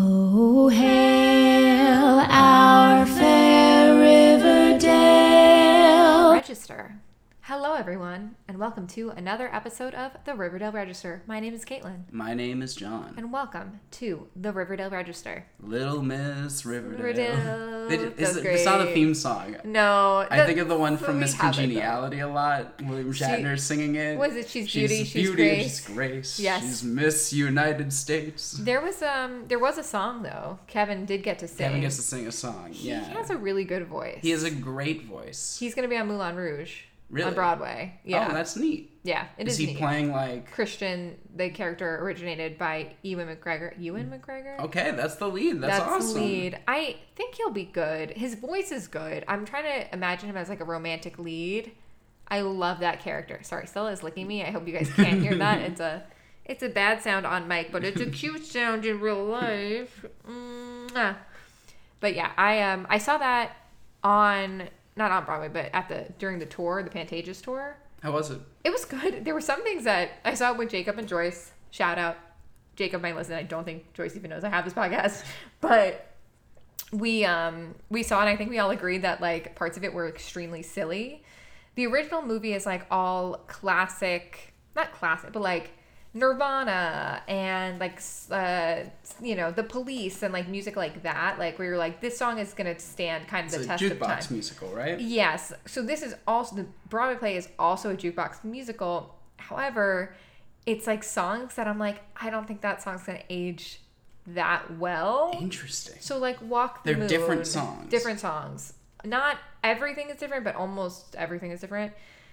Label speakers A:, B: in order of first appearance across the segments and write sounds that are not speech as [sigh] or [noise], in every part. A: Oh, hail our fair Riverdale.
B: Register. Hello, everyone, and welcome to another episode of the Riverdale Register. My name is Caitlin,
C: My name is John.
B: and welcome to the Riverdale Register.
C: Little Miss Riverdale.
B: Riverdale,
C: They did-
B: that's
C: it's, it's not a
B: great.
C: theme song.
B: No,
C: I
B: that-
C: think of the one from
B: we
C: Miss
B: have it, though.
C: Congeniality a lot. William Shatner singing it.
B: was it She's Beauty, She's Grace?
C: she's Grace.
B: Yes.
C: She's Miss United States.
B: There was um, there was a song though. Kevin did get to sing.
C: Kevin gets to sing a song.
B: He
C: yeah.
B: has a really good voice.
C: He has a great voice.
B: He's gonna be on Moulin Rouge
C: Really?
B: on Broadway. Yeah,
C: Oh, that's neat.
B: yeah. It is.
C: Is he
B: neat.
C: playing like?
B: Christian, the character originated by Ewan McGregor. Ewan
C: Mm.
B: McGregor.
C: Okay, that's the lead. That's, awesome.
B: lead. I think he'll be good. His voice is good. I'm trying to imagine him as like a romantic lead. I love that character. Sorry, Stella is licking me. I hope you guys can't hear that. It's a it's a bad sound on mic, but it's a cute sound in real life. Mwah. But yeah, I um I saw that on not on Broadway, but at the during the tour, the Pantages tour.
C: How was it?
B: It was good. There were some things that I saw with Jacob and Joyce. Shout out. Jacob might listen. I don't think Joyce even knows I have this podcast. [laughs] But we um we saw and I think we all agreed that like parts of it were extremely silly. The original movie is like all classic, not classic, but like Nirvana and like s- uh you know, The Police and like music like that. Like we were like this song is going to stand kind of
C: It's
B: the
C: a
B: test of time.
C: jukebox musical, right?
B: Yes. So this is also the Broadway play is also a jukebox musical. However, it's like songs that I'm like, I don't think that song's gonna age that well.
C: Interesting.
B: So like walk the
C: They're
B: Moon,
C: different songs.
B: Different songs. Not everything is different, but almost everything is different.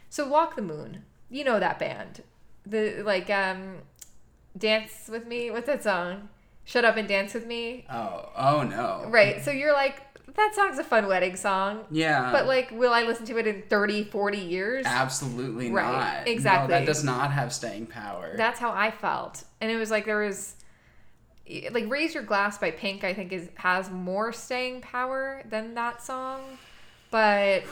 B: So walk the moon. You know that band. The like um dance with me. What's that song? Shut up and dance with me.
C: Oh, oh no.
B: Right. So you're like that song's a fun wedding song.
C: Yeah.
B: But like, will I listen to it in 30, 40 years?
C: Absolutely
B: Right,
C: not.
B: exactly.
C: No, that does not have staying power.
B: That's how I felt. And it was like there was like Raise Your Glass by Pink, I think is has more staying power than that song. But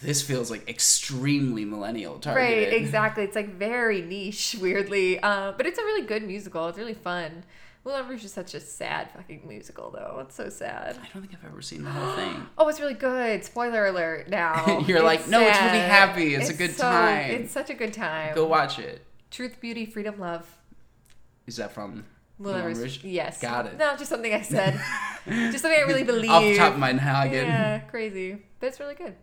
C: this feels like extremely millennial targeted.
B: right, exactly. It's like very niche, [laughs] weirdly. Uh, but it's a really good musical. It's really fun. Moulin Rouge is such a sad fucking musical, though. It's so sad.
C: I don't think I've ever seen the whole thing.
B: Oh, it's really good. Spoiler alert! Now
C: [laughs] You're like, "No, it's really happy. It's a good time."
B: It's such a good time.
C: Go watch it.
B: Truth, beauty, freedom, love.
C: Is that from
B: Moulin
C: Moulin
B: Rouge.
C: Rouge?
B: Yes.
C: Got it.
B: No, just
C: [laughs]
B: something I said. just something I really believe.
C: Off the top of my noggin.
B: Yeah, crazy. But it's really good.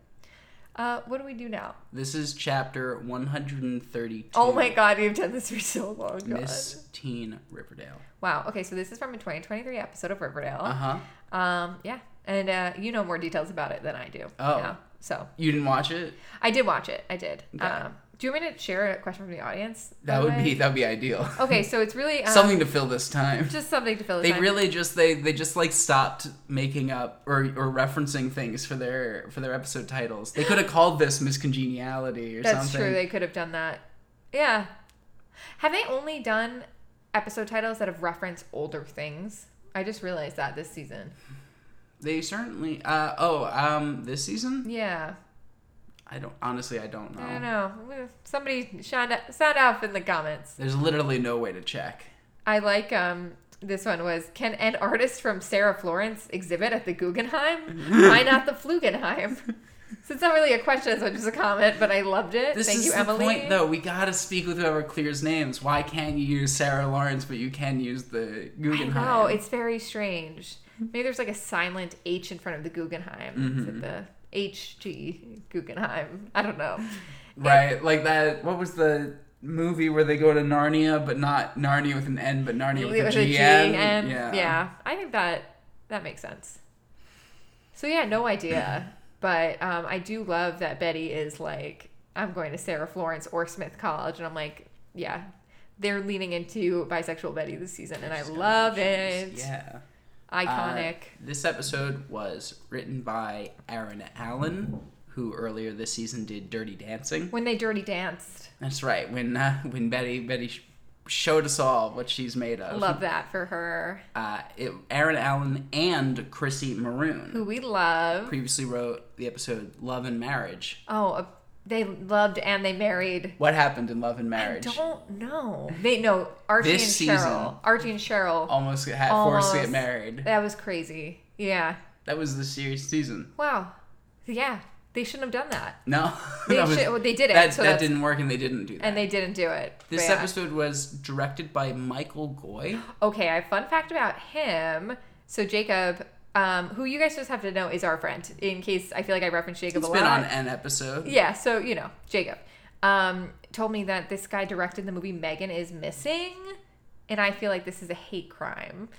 B: Uh, what do we do now?
C: This is chapter 132.
B: Oh my god, we've done this for so long. God.
C: Miss Teen Riverdale.
B: Wow. Okay, so this is from a 2023 episode of Riverdale.
C: Uh huh.
B: Um, yeah. And uh, you know more details about it than I do.
C: Oh.
B: Yeah. So
C: You didn't watch it?
B: I did watch it. I did.
C: Okay.
B: Um, do you want me to share a question from the audience? by
C: That
B: the
C: would be
B: way?
C: that would be ideal.
B: Okay, so it's really Oh, um,
C: [laughs] Something to fill this time.
B: just something to fill. this
C: They
B: time.
C: really just they they just like stopped making up or or referencing things for their for their episode titles. They could have called this Miss Congeniality or
B: That's
C: something.
B: true. They could have done that. Yeah. Have they only done episode titles that have referenced older things? I just realized that this season.
C: They certainly. Uh, oh, um, this season?
B: Yeah.
C: I don't. Honestly, I don't know.
B: I don't know. Somebody sound sound off in the comments.
C: There's literally no way to check.
B: I like um this one was can an artist from Sarah Florence exhibit at the Guggenheim? Why not the
C: [laughs]
B: Flugenheim? So it's not really a question, so just a comment, but I loved it.
C: This
B: Thank
C: is
B: you,
C: the
B: Emily.
C: point, though. We gotta speak with whoever clears names. Why can't you use Sarah Lawrence, but you can use the
B: I
C: Guggenheim?
B: know it's very strange. Maybe there's like a silent H in front of the Guggenheim. Is
C: Mm-hmm.
B: it the H G Guggenheim? I don't know.
C: right, like that. What was the movie where they go to Narnia, but not Narnia with an N, but Narnia with,
B: It was
C: a
B: a G
C: G-N?
B: and- I think that that makes sense. So yeah, no idea, but um, I do love that Betty is like, I'm going to Sarah Florence or Smith College, and I'm like, yeah, they're leaning into bisexual Betty this season, and I love it.
C: Yeah.
B: Iconic.
C: Uh, this episode was written by Aaron Allen, who earlier this season did Dirty Dancing.
B: when they dirty danced,
C: That's right. When uh, [laughs] when Betty Betty sh- showed us all what she's made of.
B: love that for her.
C: Uh, it, Aaron Allen and Chrissy Maroon
B: who we love.
C: previously wrote the episode Love and Marriage.
B: Oh, a They loved and they married.
C: What happened in Love and Marriage?
B: Don't know. They no Archie
C: This
B: and Cheryl.
C: season. Oh.
B: Archie and Cheryl.
C: Almost got had forced to
B: Almost.
C: get married.
B: That was crazy. Yeah.
C: That was the series season.
B: Wow. Yeah. They shouldn't have done that.
C: No, [laughs]
B: They
C: That was-
B: should- well, they did it,
C: That,
B: so
C: that
B: that's-
C: didn't work, and they didn't do that.
B: And they didn't do it.
C: this
B: But yeah.
C: episode was directed by Michael
B: [gasps]
C: Goy.
B: Okay, I have fun fact about him. So Jacob, um, who you guys just have to know is our friend, in case I feel like I reference Jacob
C: It's
B: a
C: been
B: lot.
C: on an episode.
B: Yeah, so you know, Jacob um, told me that this guy directed the movie Megan is Missing, and I feel like this is a hate crime. [laughs]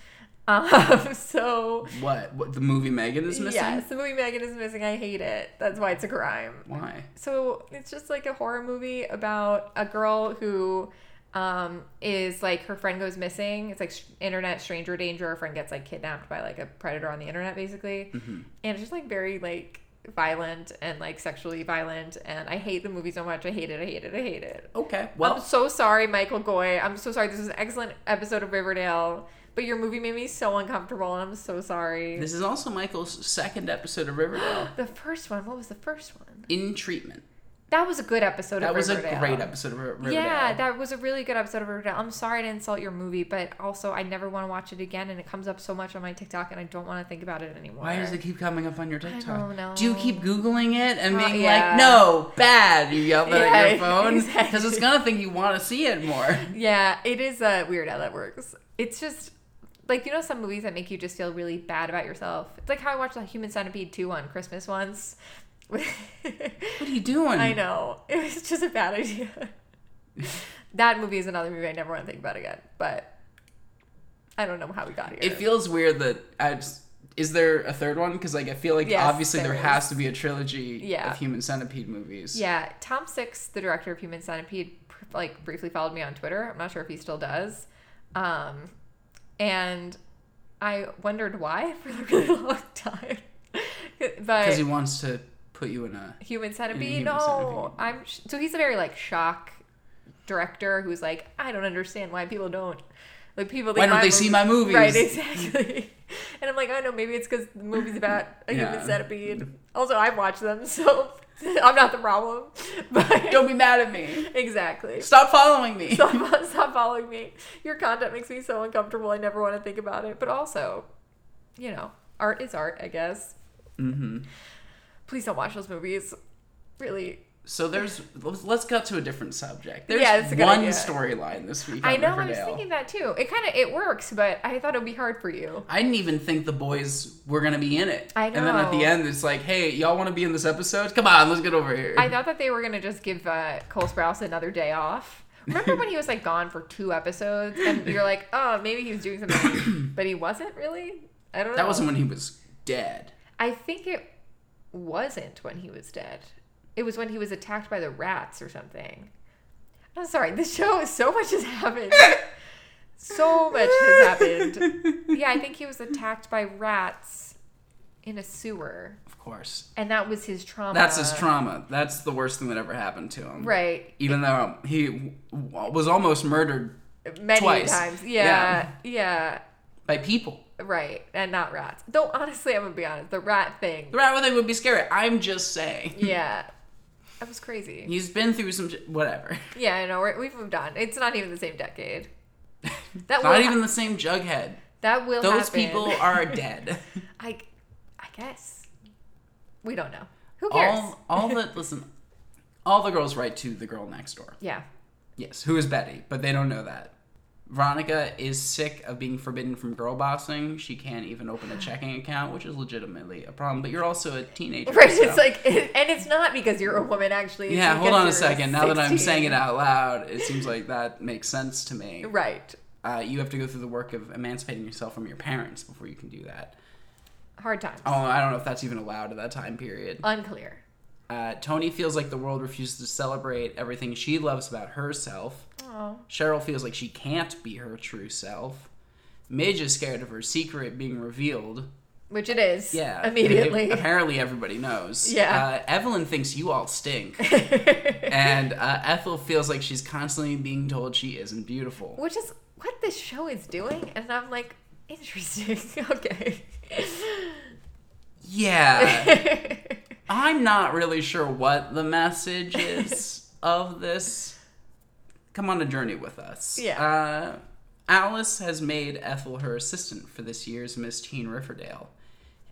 B: Um, so
C: What? what? The movie Megan is missing?
B: yes, the movie Megan is Missing. I hate it. That's why it's a crime.
C: Why?
B: So it's just like a horror movie about a girl who um is like her friend goes missing. It's like sh- internet stranger danger. Her friend gets like kidnapped by like a predator on the internet basically.
C: Mm-hmm.
B: And it's just like very like violent and like sexually violent and I hate the movie so much. I hate it. I hate it. I hate it.
C: Okay. Well,
B: I'm so sorry, Michael Goy. I'm so sorry. This is an excellent episode of Riverdale, but your movie made me so uncomfortable and I'm so sorry.
C: this is also Michael's second episode
B: [gasps]
C: of Riverdale.
B: the first one, what was the first one?
C: In treatment.
B: That was a good episode
C: That
B: of
C: was a
B: Riverdale.
C: great episode of Ri- Riverdale.
B: Yeah, that was a really good episode of Riverdale. I'm sorry to insult your movie, but also I never want to watch it again, and it comes up so much on my TikTok, and I don't want to think about it anymore.
C: Why does it keep coming up on your TikTok?
B: don't know.
C: Do you keep Googling it and
B: Uh,
C: being
B: yeah.
C: like, no, bad? You yell that at
B: Yeah, [laughs]
C: your phone? Because
B: exactly.
C: it's going to think you want to see
B: [laughs]
C: it more.
B: Yeah, it is uh, weird how that works. It's just like you know some movies that make you just feel really bad about yourself. It's like how I watched the Human Centipede two on Christmas once. [laughs]
C: What are you doing?
B: I know it was just a bad idea. [laughs] that movie is another movie I never want to think about again, but. I don't know how we got here.
C: It feels weird that I just- Is there a third one? Because like I feel like
B: Yes,
C: obviously there,
B: there
C: has to be a trilogy
B: Yeah.
C: of Human Centipede movies.
B: Yeah, Tom Six, the director of Human Centipede, pr- like briefly followed me on Twitter. I'm not sure if he still does. Um, and I wondered why [laughs] for a really long time. [laughs] but
C: Because he wants to put you
B: [laughs]
C: in a.
B: Human Centipede,
C: Human
B: no,
C: Centipede.
B: I'm sh- so he's a very like shock director who's like, I don't understand why people don't like people. think
C: Why don't they see my movies?
B: [laughs] Right, exactly. [laughs] and I'm like, oh no, maybe it's because the movie's about a
C: Yeah.
B: human centipede. Also, I've watched them, so [laughs] I'm not the problem. [laughs] But
C: Don't be mad at me.
B: Exactly. [laughs]
C: Stop following me.
B: Stop, stop following me. Your content makes me so uncomfortable. I never want to think about it. But also, you know, art is art, I guess.
C: Mm-hmm.
B: Please don't watch those movies. Really.
C: So there's let's- let's cut to a different subject. There's
B: Yeah, that's a good
C: one
B: idea.
C: storyline this week. On
B: I know. I
C: Riverdale.
B: was thinking that too. It kind of it works, but I thought it would be hard for you.
C: I didn't even think the boys were gonna be in it.
B: I
C: And then at
B: know.
C: the end, it's like, hey, y'all want to be in this episode? Come on, let's get over here.
B: I thought that they were gonna just give uh, Cole Sprouse another day off. Remember when he was like gone for two episodes, and you're like, oh, maybe he was doing
C: [coughs]
B: something, but he wasn't really. I don't know.
C: that wasn't when he was dead.
B: I think it wasn't when he was dead. It was when he was attacked by the rats or something. I'm sorry. This show [laughs] is so much has happened. so much has happened.
C: [laughs]
B: Yeah, I think he was attacked by rats in a sewer,
C: Of course.
B: and that was his trauma.
C: That's his trauma. That's the worst thing that ever happened to him.
B: Right.
C: Even though he w- w- was almost murdered
B: Many
C: Twice.
B: times. Yeah, yeah.
C: by people.
B: Right. And not rats. Though honestly, I'm gonna be honest. The rat thing.
C: The rat thing would be scary. I'm just saying.
B: Yeah. That was crazy.
C: He's been through some sh- whatever.
B: Yeah, I know. We're, we've moved on. It's not even the same
C: [laughs]
B: decade. [laughs] That will
C: Not
B: ha-
C: even the same Jughead.
B: that will
C: Those
B: happen.
C: people are dead.
B: [laughs] I, I guess we don't know.
C: [laughs]
B: Who cares?
C: all all the listen, all the girls write to the girl next door.
B: yeah,
C: Yes, who is Betty? But they don't know that. Veronica is sick of being forbidden from girl bossing. She can't even open a checking account, which is legitimately a problem. But you're also a teenager.
B: right.
C: so-
B: It's like, [laughs] and it's not because you're a woman. Actually, it's
C: yeah, hold
B: because
C: on a
B: you're
C: second. Now that
B: 16.
C: I'm saying it out loud, it seems like that makes sense to me.
B: right?
C: Uh, you have to go through the work of emancipating yourself from your parents before you can do that.
B: Hard times.
C: Oh, I don't know if that's even allowed at that time period.
B: Unclear.
C: Uh, Tony feels like the world refuses to celebrate everything she loves about herself.
B: Oh,
C: Cheryl feels like she can't be her true self. Midge is scared of her secret being revealed.
B: which it is.
C: Yeah.
B: immediately. [laughs]
C: [laughs] apparently, everybody knows.
B: Yeah.
C: Uh, Evelyn thinks you all stink. and uh, Ethel feels like she's constantly being told she isn't beautiful.
B: which is what this show is doing, and I'm like, [laughs] interesting. okay. [laughs]
C: Uh, Yeah. I'm not really sure what the
B: [laughs]
C: message is of this. Come on a journey with us.
B: Yeah.
C: Uh, Alice has made Ethel her assistant for this year's Miss Teen Riverdale.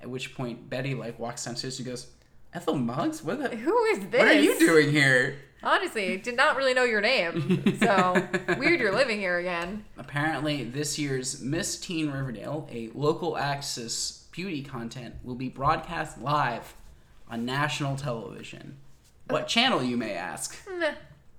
C: At which point Betty like walks downstairs and goes, "Ethel Muggs, what the?
B: Who is this?
C: What are you doing here?"
B: Honestly, did not really know your name.
C: [laughs]
B: So weird you're living here again.
C: Apparently, this year's Miss Teen Riverdale, a local access beauty content, will be broadcast live on national television.
B: Oh.
C: What channel, you may ask?
B: Meh.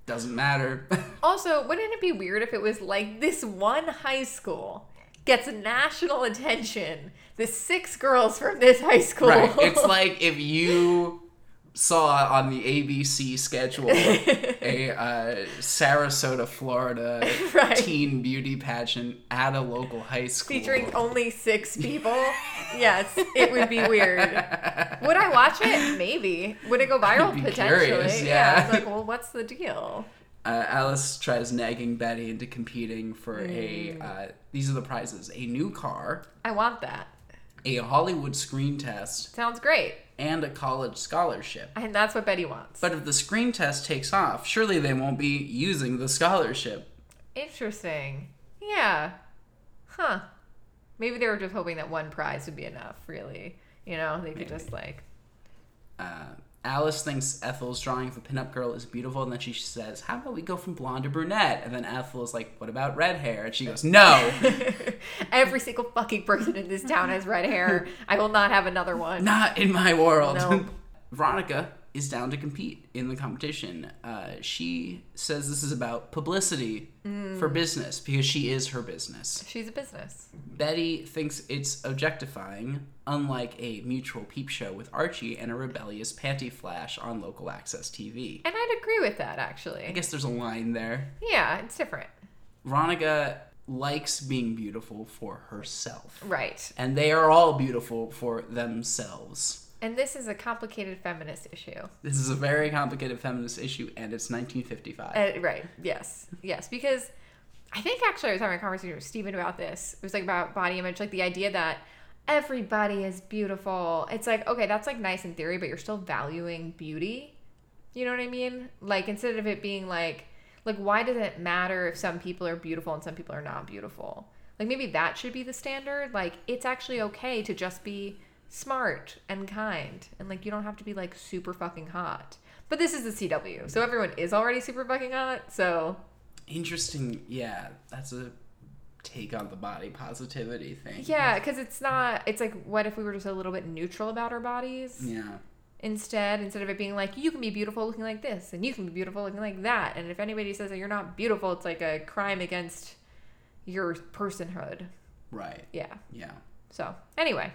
C: Doesn't matter.
B: Hmm.
C: [laughs]
B: Also, wouldn't it be weird if it was like this one high school gets national attention? The six girls from this high school.
C: right. It's like if you saw on the
B: [laughs]
C: ABC schedule a uh, Sarasota, Florida
B: [laughs] Right.
C: teen beauty pageant at a local high school.
B: [laughs]
C: [laughs]
B: featuring only six people. yes, it would be weird. Would I watch it? Maybe. Would it go viral?
C: I'd be
B: Potentially.
C: curious,
B: yeah.
C: yeah.
B: It's like, well, what's the deal?
C: uh, Alice tries nagging Betty into competing for a. Uh, these are the prizes: a new car,
B: I want that.
C: a Hollywood screen test,
B: Sounds great.
C: and a college scholarship.
B: And that's what Betty wants.
C: But if the screen test takes off, surely they won't be using the scholarship.
B: Interesting. Yeah. Huh. Maybe they were just hoping that one prize would be enough, really. You know, they could just like [laughs]
C: Uh, Alice thinks Ethel's drawing of the pinup girl is beautiful, and then she says, "How about we go from blonde to brunette?" And then Ethel is like, "What about red hair?" And she goes, "No,
B: every single fucking person in this town has red hair. I will not have another one.
C: Not in my world.
B: Nope.
C: [laughs] Veronica is down to compete in the competition. Uh, she says this is about publicity
B: Mm.
C: for business because she is her business.
B: She's a business.
C: Betty thinks it's objectifying, unlike a mutual peep show with Archie and a rebellious panty flash on local access TV.
B: And I'd agree with that
C: I
B: actually.
C: guess there's a line there.
B: Yeah, it's different.
C: Veronica likes being beautiful for herself,
B: Right.
C: and they are all beautiful for themselves.
B: And this is a complicated feminist issue.
C: This is a very complicated feminist issue, and it's 1955.
B: Uh, right. Yes. Yes. Because I think actually I was having a conversation with Steven about this. It was like about body image, like the idea that everybody is beautiful. It's like, okay, that's like nice in theory, but you're still valuing beauty. You know what I mean? Like instead of it being like, like why does it matter if some people are beautiful and some people are not beautiful? Like maybe that should be the standard. Like it's actually okay to just be smart and kind and like you don't have to be like super fucking hot. But this is the CW, so everyone is already super fucking hot. So
C: Interesting. Yeah, that's a take on the body positivity thing.
B: yeah, because it's not. It's like what if we were just a little bit neutral about our bodies?
C: Yeah.
B: instead instead of it being like you can be beautiful looking like this and you can be beautiful looking like that and if anybody says that you're not beautiful it's like a crime against your personhood
C: Right.
B: yeah
C: Yeah.
B: so anyway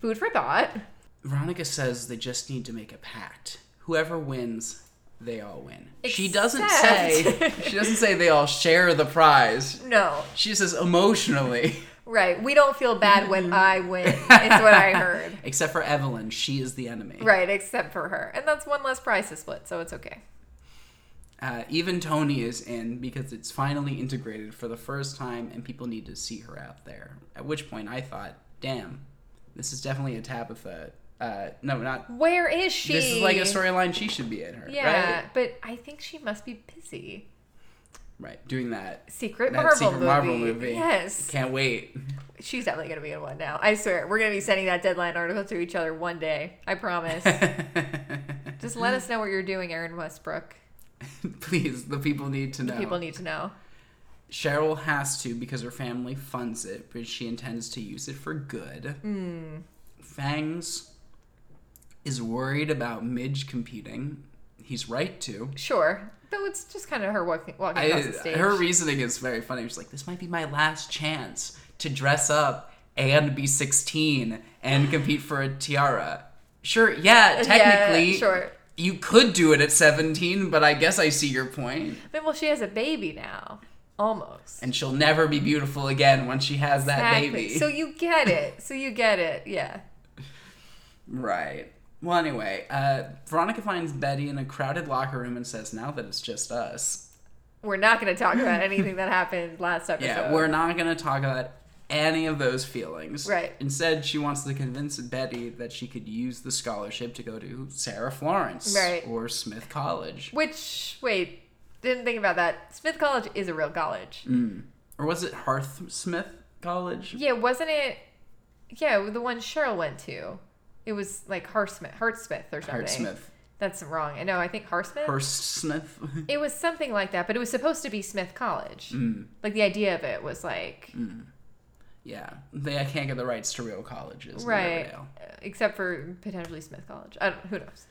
B: food for thought
C: Veronica says they just need to make a pact. Whoever wins, they all win. She doesn't say.
B: Except-
C: she doesn't say they all share the prize.
B: no
C: She says emotionally.
B: right we don't feel bad when i win is what i [laughs] heard
C: [laughs] Except for Evelyn, she is the enemy.
B: right except for her and that's one less prize to split so it's okay
C: Uh, even Tony is in because it's finally integrated for the first time and people need to see her out there. At which point I thought, damn, this is definitely a Tabitha. Uh, no, not.
B: where is she
C: This is like a storyline she should be in her.
B: yeah
C: Right?
B: but i think she must be busy
C: Right. Doing that.
B: secret,
C: that
B: marvel,
C: Secret
B: movie.
C: Marvel movie.
B: yes
C: Can't wait. [laughs]
B: She's definitely gonna be in one now. I swear, we're gonna be sending that deadline article to each other one day. I
C: [laughs]
B: promise. Just let us know what you're doing, Aaron Westbrook.
C: Please, the people need to
B: The
C: know.
B: people need to know.
C: Cheryl has to because her family funds it, but she intends to use it for good.
B: Hmm.
C: Fangs is worried about Midge competing. He's right to.
B: Sure, though it's just kind of her walking, walking
C: I,
B: across the stage.
C: her reasoning is very funny. She's like, "This might be my last chance to dress up and be 16 and compete for a tiara." Sure, yeah, technically,
B: yeah, sure.
C: you could do it at 17, but I guess I see your point.
B: But, well, she has a baby now, almost.
C: And she'll never be beautiful again once she has that baby.
B: So you get it. So you get it. Yeah.
C: Right. Well, anyway, uh, Veronica finds Betty in a crowded locker room and says, "Now that it's just us,
B: We're not gonna talk about anything that happened last episode.
C: yeah, we're not gonna talk about any of those feelings.
B: Right.
C: Instead, she wants to convince Betty that she could use the scholarship to go to Sarah Florence
B: Right.
C: or Smith College.
B: Which wait, didn't think about that. Smith College is a real college.
C: Or was it Hearth Smith College?
B: Yeah, wasn't it? Yeah, the one Cheryl went to. It was like Harsmith, Hartsmith or something.
C: Hearth Smith.
B: That's wrong. I know. I think Harsmith.
C: Hearst Smith.
B: it was something like that, but it was supposed to be Smith College.
C: Mm.
B: Like the idea of it was like
C: [laughs] yeah. They I can't get the rights to real colleges. in
B: right,
C: Riverdale.
B: uh, except for potentially Smith College. I don't. Who
C: [laughs]
B: knows?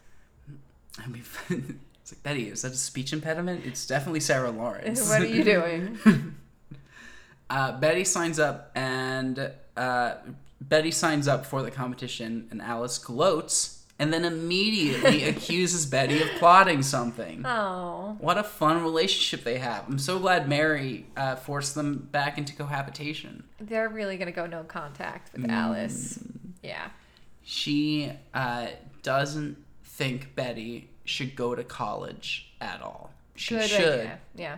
B: [laughs]
C: I mean, [laughs] it's like, Betty, is that a speech impediment? It's definitely Sarah
B: [laughs]
C: Lawrence.
B: what are you
C: [laughs]
B: doing?
C: Uh, Betty signs up and uh, Betty signs up for the competition, and Alice gloats and
B: [laughs]
C: then immediately accuses Betty of plotting something.
B: Oh,
C: What a fun relationship they have! I'm so glad Mary uh, forced them back into cohabitation.
B: they're really gonna go no contact
C: Mm.
B: with Alice. Yeah.
C: She uh, doesn't think Betty should go to college at all. She
B: Good
C: should.
B: idea. Yeah.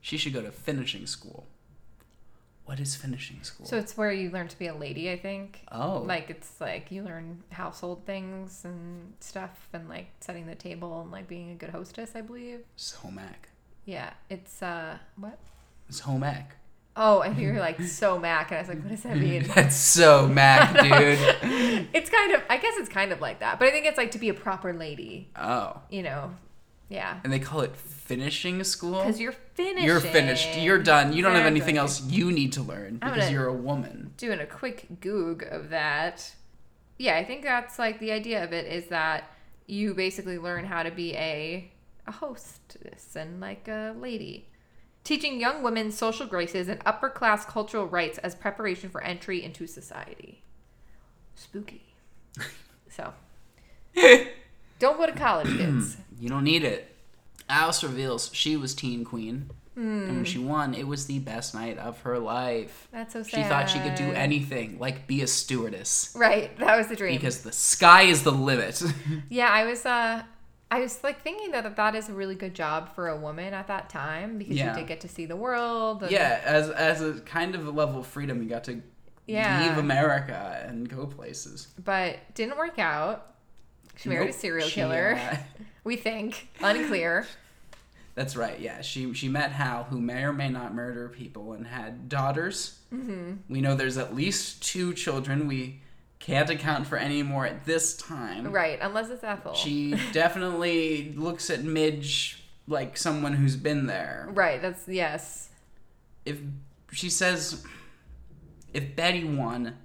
C: She should go to finishing school. What is finishing school?
B: So it's where you learn to be a lady, I think.
C: oh,
B: Like it's like you learn household things and stuff and like setting the table and like being a good hostess, I believe.
C: it's home ec.
B: Yeah. It's uh what?
C: It's home ec.
B: Oh, and you were [laughs] like so Mac and I was like, what does that [laughs] mean?
C: That's
B: [laughs]
C: so Mac, dude.
B: it's kind of I guess it's kind of like that. But I think it's like to be a proper lady,
C: Oh,
B: you know. Yeah.
C: and they call it finishing school.
B: Because you're finished.
C: You're finished. You're done. You don't have anything
B: Exactly.
C: else you need to learn
B: I'm
C: because
B: gonna-
C: you're a woman.
B: doing a quick goog of that. Yeah, I think that's like the idea of it is that you basically learn how to be a a hostess and like a lady. Teaching young women social graces and upper class cultural rights as preparation for entry into society. Spooky.
C: [laughs]
B: so don't go to college, kids.
C: You don't need it. Alice reveals she was teen queen, and when she won, it was the best night of her life.
B: That's Hmm. so sad.
C: She thought she could do anything, like be a stewardess,
B: Right, that was the dream.
C: because the sky is
B: [laughs]
C: the limit. [laughs]
B: Yeah, I was uh I was like thinking that that is a really good job for a woman at that time because
C: Yeah.
B: you did get to see the world. and-
C: yeah, as as a kind of a level of freedom, you got to
B: Yeah.
C: leave America and go places.
B: But didn't work out. She married
C: Nope.
B: a serial
C: She,
B: killer.
C: uh,
B: [laughs] We think. Unclear.
C: That's right. Yeah, she she met Hal, who may or may not murder people, and had daughters. Mm-hmm. We know there's at least two children. We can't account for any more at this time.
B: right, unless it's Ethel.
C: She definitely looks at Midge like someone who's been there.
B: right, that's yes.
C: If she says, if Betty won,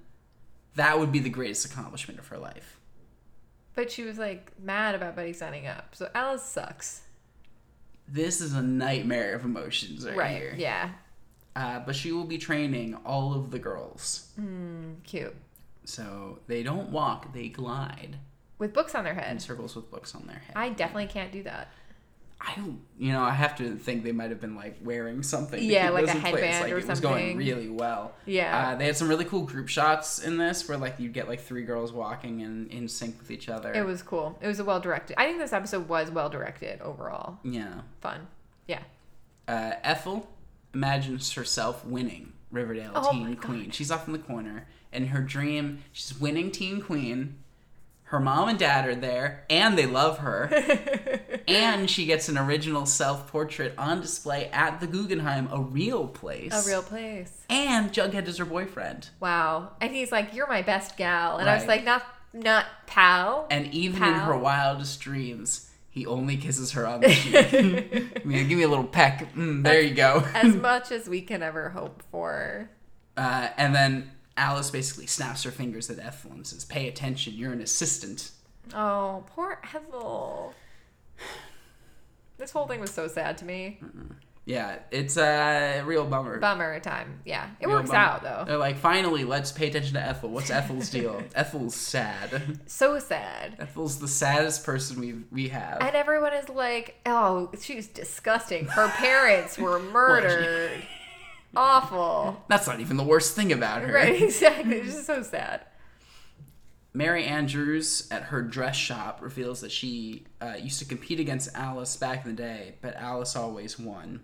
C: that would be the greatest accomplishment of her life.
B: But she was like mad about Buddy signing up. So Alice sucks.
C: This is a nightmare of emotions right,
B: Right.
C: here.
B: Yeah.
C: Uh, but she will be training all of the girls.
B: Cute.
C: So they don't walk, they glide
B: With books on their
C: in
B: head.
C: circles with books on their head.
B: I definitely can't do that.
C: I don't, you know, I have to think they might have been like wearing something. to
B: Yeah,
C: keep
B: like
C: those
B: a
C: in place.
B: headband
C: Like
B: or
C: it was going
B: something.
C: really well.
B: Yeah.
C: Uh, they had some really cool group shots in this where like you'd get like three girls walking and in sync with each other.
B: It was cool. It was a well directed. I think this episode was well directed overall.
C: yeah.
B: Fun. Yeah. [laughs]
C: Uh, Ethel imagines herself winning Riverdale
B: Oh my
C: Teen
B: God.
C: Queen. She's off in the corner, and her dream, she's winning Teen Queen. Her mom and dad are there, and they
B: [laughs]
C: love her. and she gets an original self portrait on display at the Guggenheim, a real place.
B: A real place.
C: And Jughead is her boyfriend.
B: Wow. And he's like, You're my best gal. And I was like,
C: Right.
B: Not not pal.
C: And [laughs] even in
B: Pal.
C: her wildest dreams, he only kisses her on
B: [laughs]
C: the cheek. I mean, give me a little peck. Mm, there you go.
B: [laughs] as much as we can ever hope for.
C: [laughs] Uh, and then Alice basically snaps her fingers at Ethel and says, "Pay attention, you're an assistant."
B: Oh, poor Ethel. This whole thing was so sad to me.
C: Yeah, it's a real bummer.
B: Bummer time. Yeah. It
C: Real
B: works
C: bummer.
B: out though.
C: They're like, finally, let's pay attention to Ethel. What's Ethel's
B: [laughs]
C: deal? Ethel's sad. [laughs]
B: So sad.
C: Ethel's the saddest person we we have.
B: And everyone is like, oh, she's disgusting.
C: [laughs]
B: Her parents were murdered. Awful.
C: That's not even the worst thing about her.
B: Right, [laughs] exactly. It's just so sad.
C: [laughs] Mary Andrews at her dress shop reveals that she uh, used to compete against Alice back in the day, but Alice always won.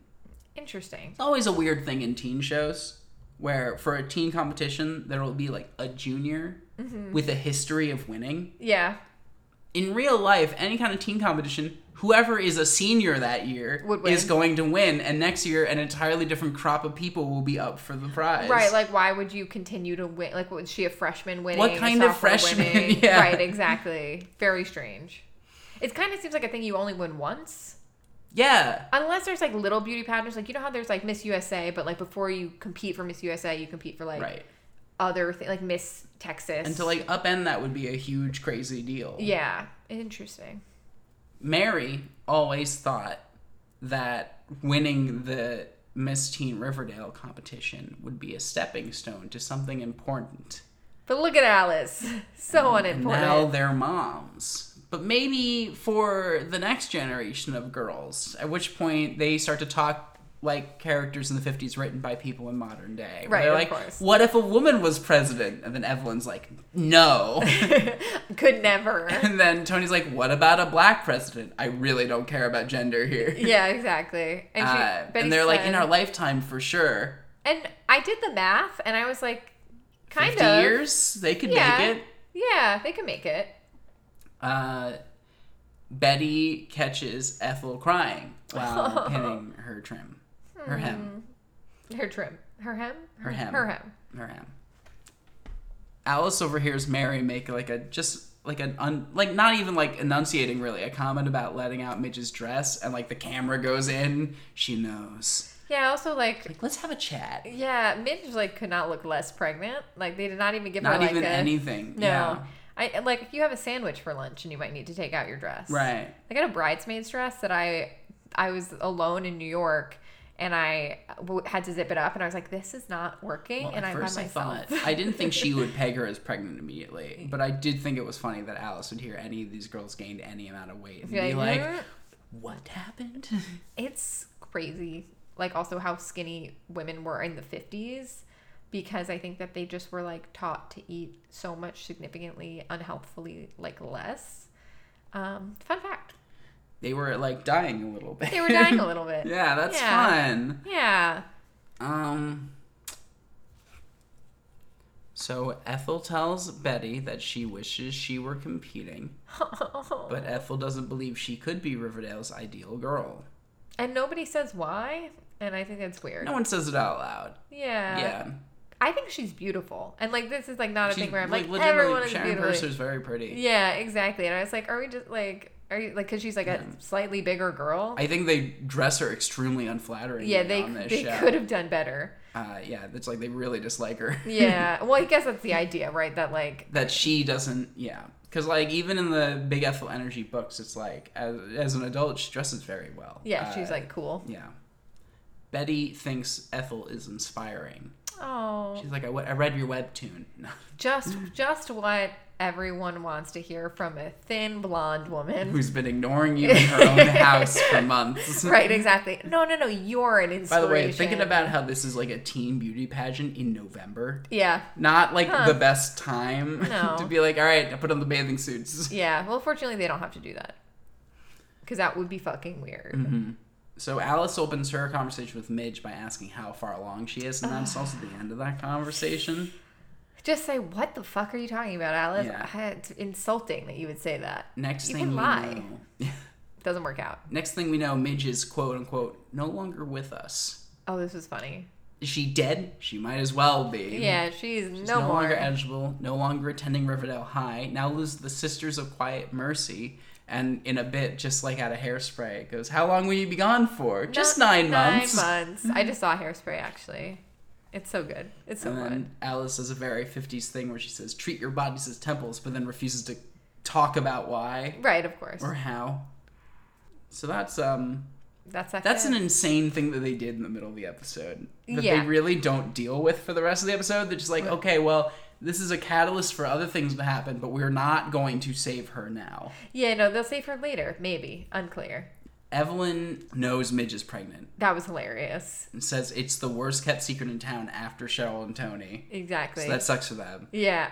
B: Interesting.
C: It's always a weird thing in teen shows. where for a teen competition there will be like a junior
B: Mm-hmm.
C: with a history of winning.
B: Yeah.
C: In real life, any kind of teen competition, whoever is a senior that year
B: Would win.
C: is going to win, and next year an entirely different crop of people will be up for the prize.
B: Right, like why would you continue to win? Like, was she a freshman winning? a
C: kind of
B: sophomore
C: freshman? [laughs]
B: winning?
C: Yeah.
B: Right, exactly. Very strange. It kind of seems like a thing you only win once,
C: yeah.
B: unless there's like little beauty pageants. Like you know how there's like Miss USA, but like before you compete for Miss USA, you compete for like
C: Right.
B: other things, like Miss Texas.
C: And to like upend that would be a huge crazy deal.
B: yeah, interesting.
C: Mary always thought that winning the Miss Teen Riverdale competition would be a stepping stone to something important.
B: But look at Alice, [laughs] so
C: And now
B: unimportant.
C: they're moms. But maybe for the next generation of girls, at which point they start to talk like characters in the 50s written by people in modern day. where
B: Right,
C: They're
B: of
C: like,
B: course.
C: what if a woman was president? And then Evelyn's like,
B: [laughs]
C: no.
B: Could
C: [laughs]
B: never.
C: and then Tony's like, what about a black president? I really don't care about gender here.
B: yeah, exactly. And, she,
C: Uh,
B: Betty
C: and they're like in
B: said-
C: our lifetime for sure.
B: And I did the math, and I was like, kind
C: Fifty
B: of.
C: years, they could
B: yeah,
C: make it.
B: yeah, they can make it.
C: Uh, Betty catches Ethel crying
B: [laughs]
C: while pinning her trim, her hem,
B: Her trim, her hem,
C: Her hem.
B: her hem.
C: her hem. Alice overhears Mary make like a just like an un, like not even like enunciating really a comment about letting out Midge's dress, and like the camera goes in. She knows.
B: Yeah. Also, like,
C: Like, let's have a chat.
B: yeah, Midge like could not look less pregnant. Like, they did not even give her
C: Not
B: like
C: even
B: a-
C: anything.
B: No.
C: Yeah.
B: I like if you have a sandwich for lunch and you might need to take out your dress.
C: Right.
B: I got a bridesmaid's dress that I I was alone in New York and I w- had to zip it up and I was like, this is not working.
C: Well,
B: and
C: at
B: I
C: first
B: had
C: I
B: myself. [laughs]
C: thought I didn't think she would peg her as pregnant immediately, but I did think it was funny that Alice would hear any of these girls gained any amount of weight and
B: Yeah,
C: be like,
B: you're-
C: "What happened?" [laughs]
B: It's crazy. Like also how skinny women were in the 50s because I think that they just were like taught to eat so much significantly unhealthfully like less. Um, fun fact.
C: They were like dying a little bit.
B: They were dying a little bit.
C: [laughs] yeah, that's
B: Yeah.
C: fun.
B: Yeah.
C: Um. So Ethel tells Betty that she wishes she were competing, but Ethel doesn't believe she could be Riverdale's ideal girl.
B: And nobody says why, and I think that's weird.
C: No one says it out loud.
B: Yeah.
C: yeah.
B: I think she's beautiful. And like this is like not a
C: She's,
B: thing where I'm like,
C: legitimately-
B: everyone is
C: Sharon
B: beautiful.
C: Purser's very pretty.
B: Yeah, exactly. And I was like, are we just like are you like cuz she's like a slightly bigger girl?
C: I think they dress her extremely unflatteringly
B: yeah, they
C: on this
B: they
C: show.
B: could have done better.
C: Uh, yeah, it's like they really dislike her.
B: Yeah. [laughs] Well, I guess that's the idea, right? That like,
C: [laughs] that she doesn't, yeah. Because, like, even in the Big Ethel Energy books, it's like, as, as an adult, she dresses very well.
B: yeah,
C: Uh,
B: she's like cool.
C: Yeah. Betty thinks Ethel is inspiring.
B: Oh,
C: She's like, I, w- I read your webtoon. [laughs]
B: just just what everyone wants to hear from a thin blonde woman.
C: Who's been ignoring you in her own house for months.
B: [laughs] right. Exactly. No, no, no. You're an
C: By
B: inspiration.
C: the way, thinking about how this is like a teen beauty pageant in November.
B: Yeah.
C: Not like
B: Huh.
C: the best time [laughs]
B: No.
C: to be like, all right, I put on the bathing suits. [laughs]
B: Yeah. Well, fortunately, they don't have to do that because that would be fucking weird.
C: Mm-hmm. So Alice opens her conversation with Midge by asking how far along she is, and that's also the end of that conversation.
B: Just say what the fuck are you talking about, Alice?
C: Yeah.
B: I- It's insulting that you would say that.
C: Next
B: You
C: thing
B: can
C: we
B: lie.
C: know, [laughs]
B: Doesn't work out.
C: next thing we know, Midge is quote unquote no longer with us.
B: Oh, this was funny.
C: Is she dead? She might as well be.
B: Yeah, she's,
C: She's
B: no,
C: no,
B: more.
C: longer eligible, no longer attending Riverdale High, now lose the Sisters of Quiet Mercy, and in a bit, just like out of hairspray, it goes, How long will you be gone for? Just
B: Not-
C: nine, months. Mm-hmm.
B: Nine months. I just saw Hairspray actually. It's so good. It's so
C: And
B: good.
C: then Alice does a very 50s thing where she says, Treat your bodies as temples, but then refuses to talk about why
B: Right, of course.
C: or how. So that's um
B: That's like
C: that's
B: it.
C: an insane thing that they did in the middle of the episode that
B: Yeah.
C: they really don't deal with for the rest of the episode. They're just like, okay, well, this is a catalyst for other things to happen, but we're not going to save her now.
B: yeah. No, they'll save her later. Maybe unclear.
C: Evelyn knows Midge is pregnant
B: That was hilarious.
C: and says it's the worst kept secret in town after Cheryl and Tony.
B: Exactly.
C: So that sucks for them.
B: yeah.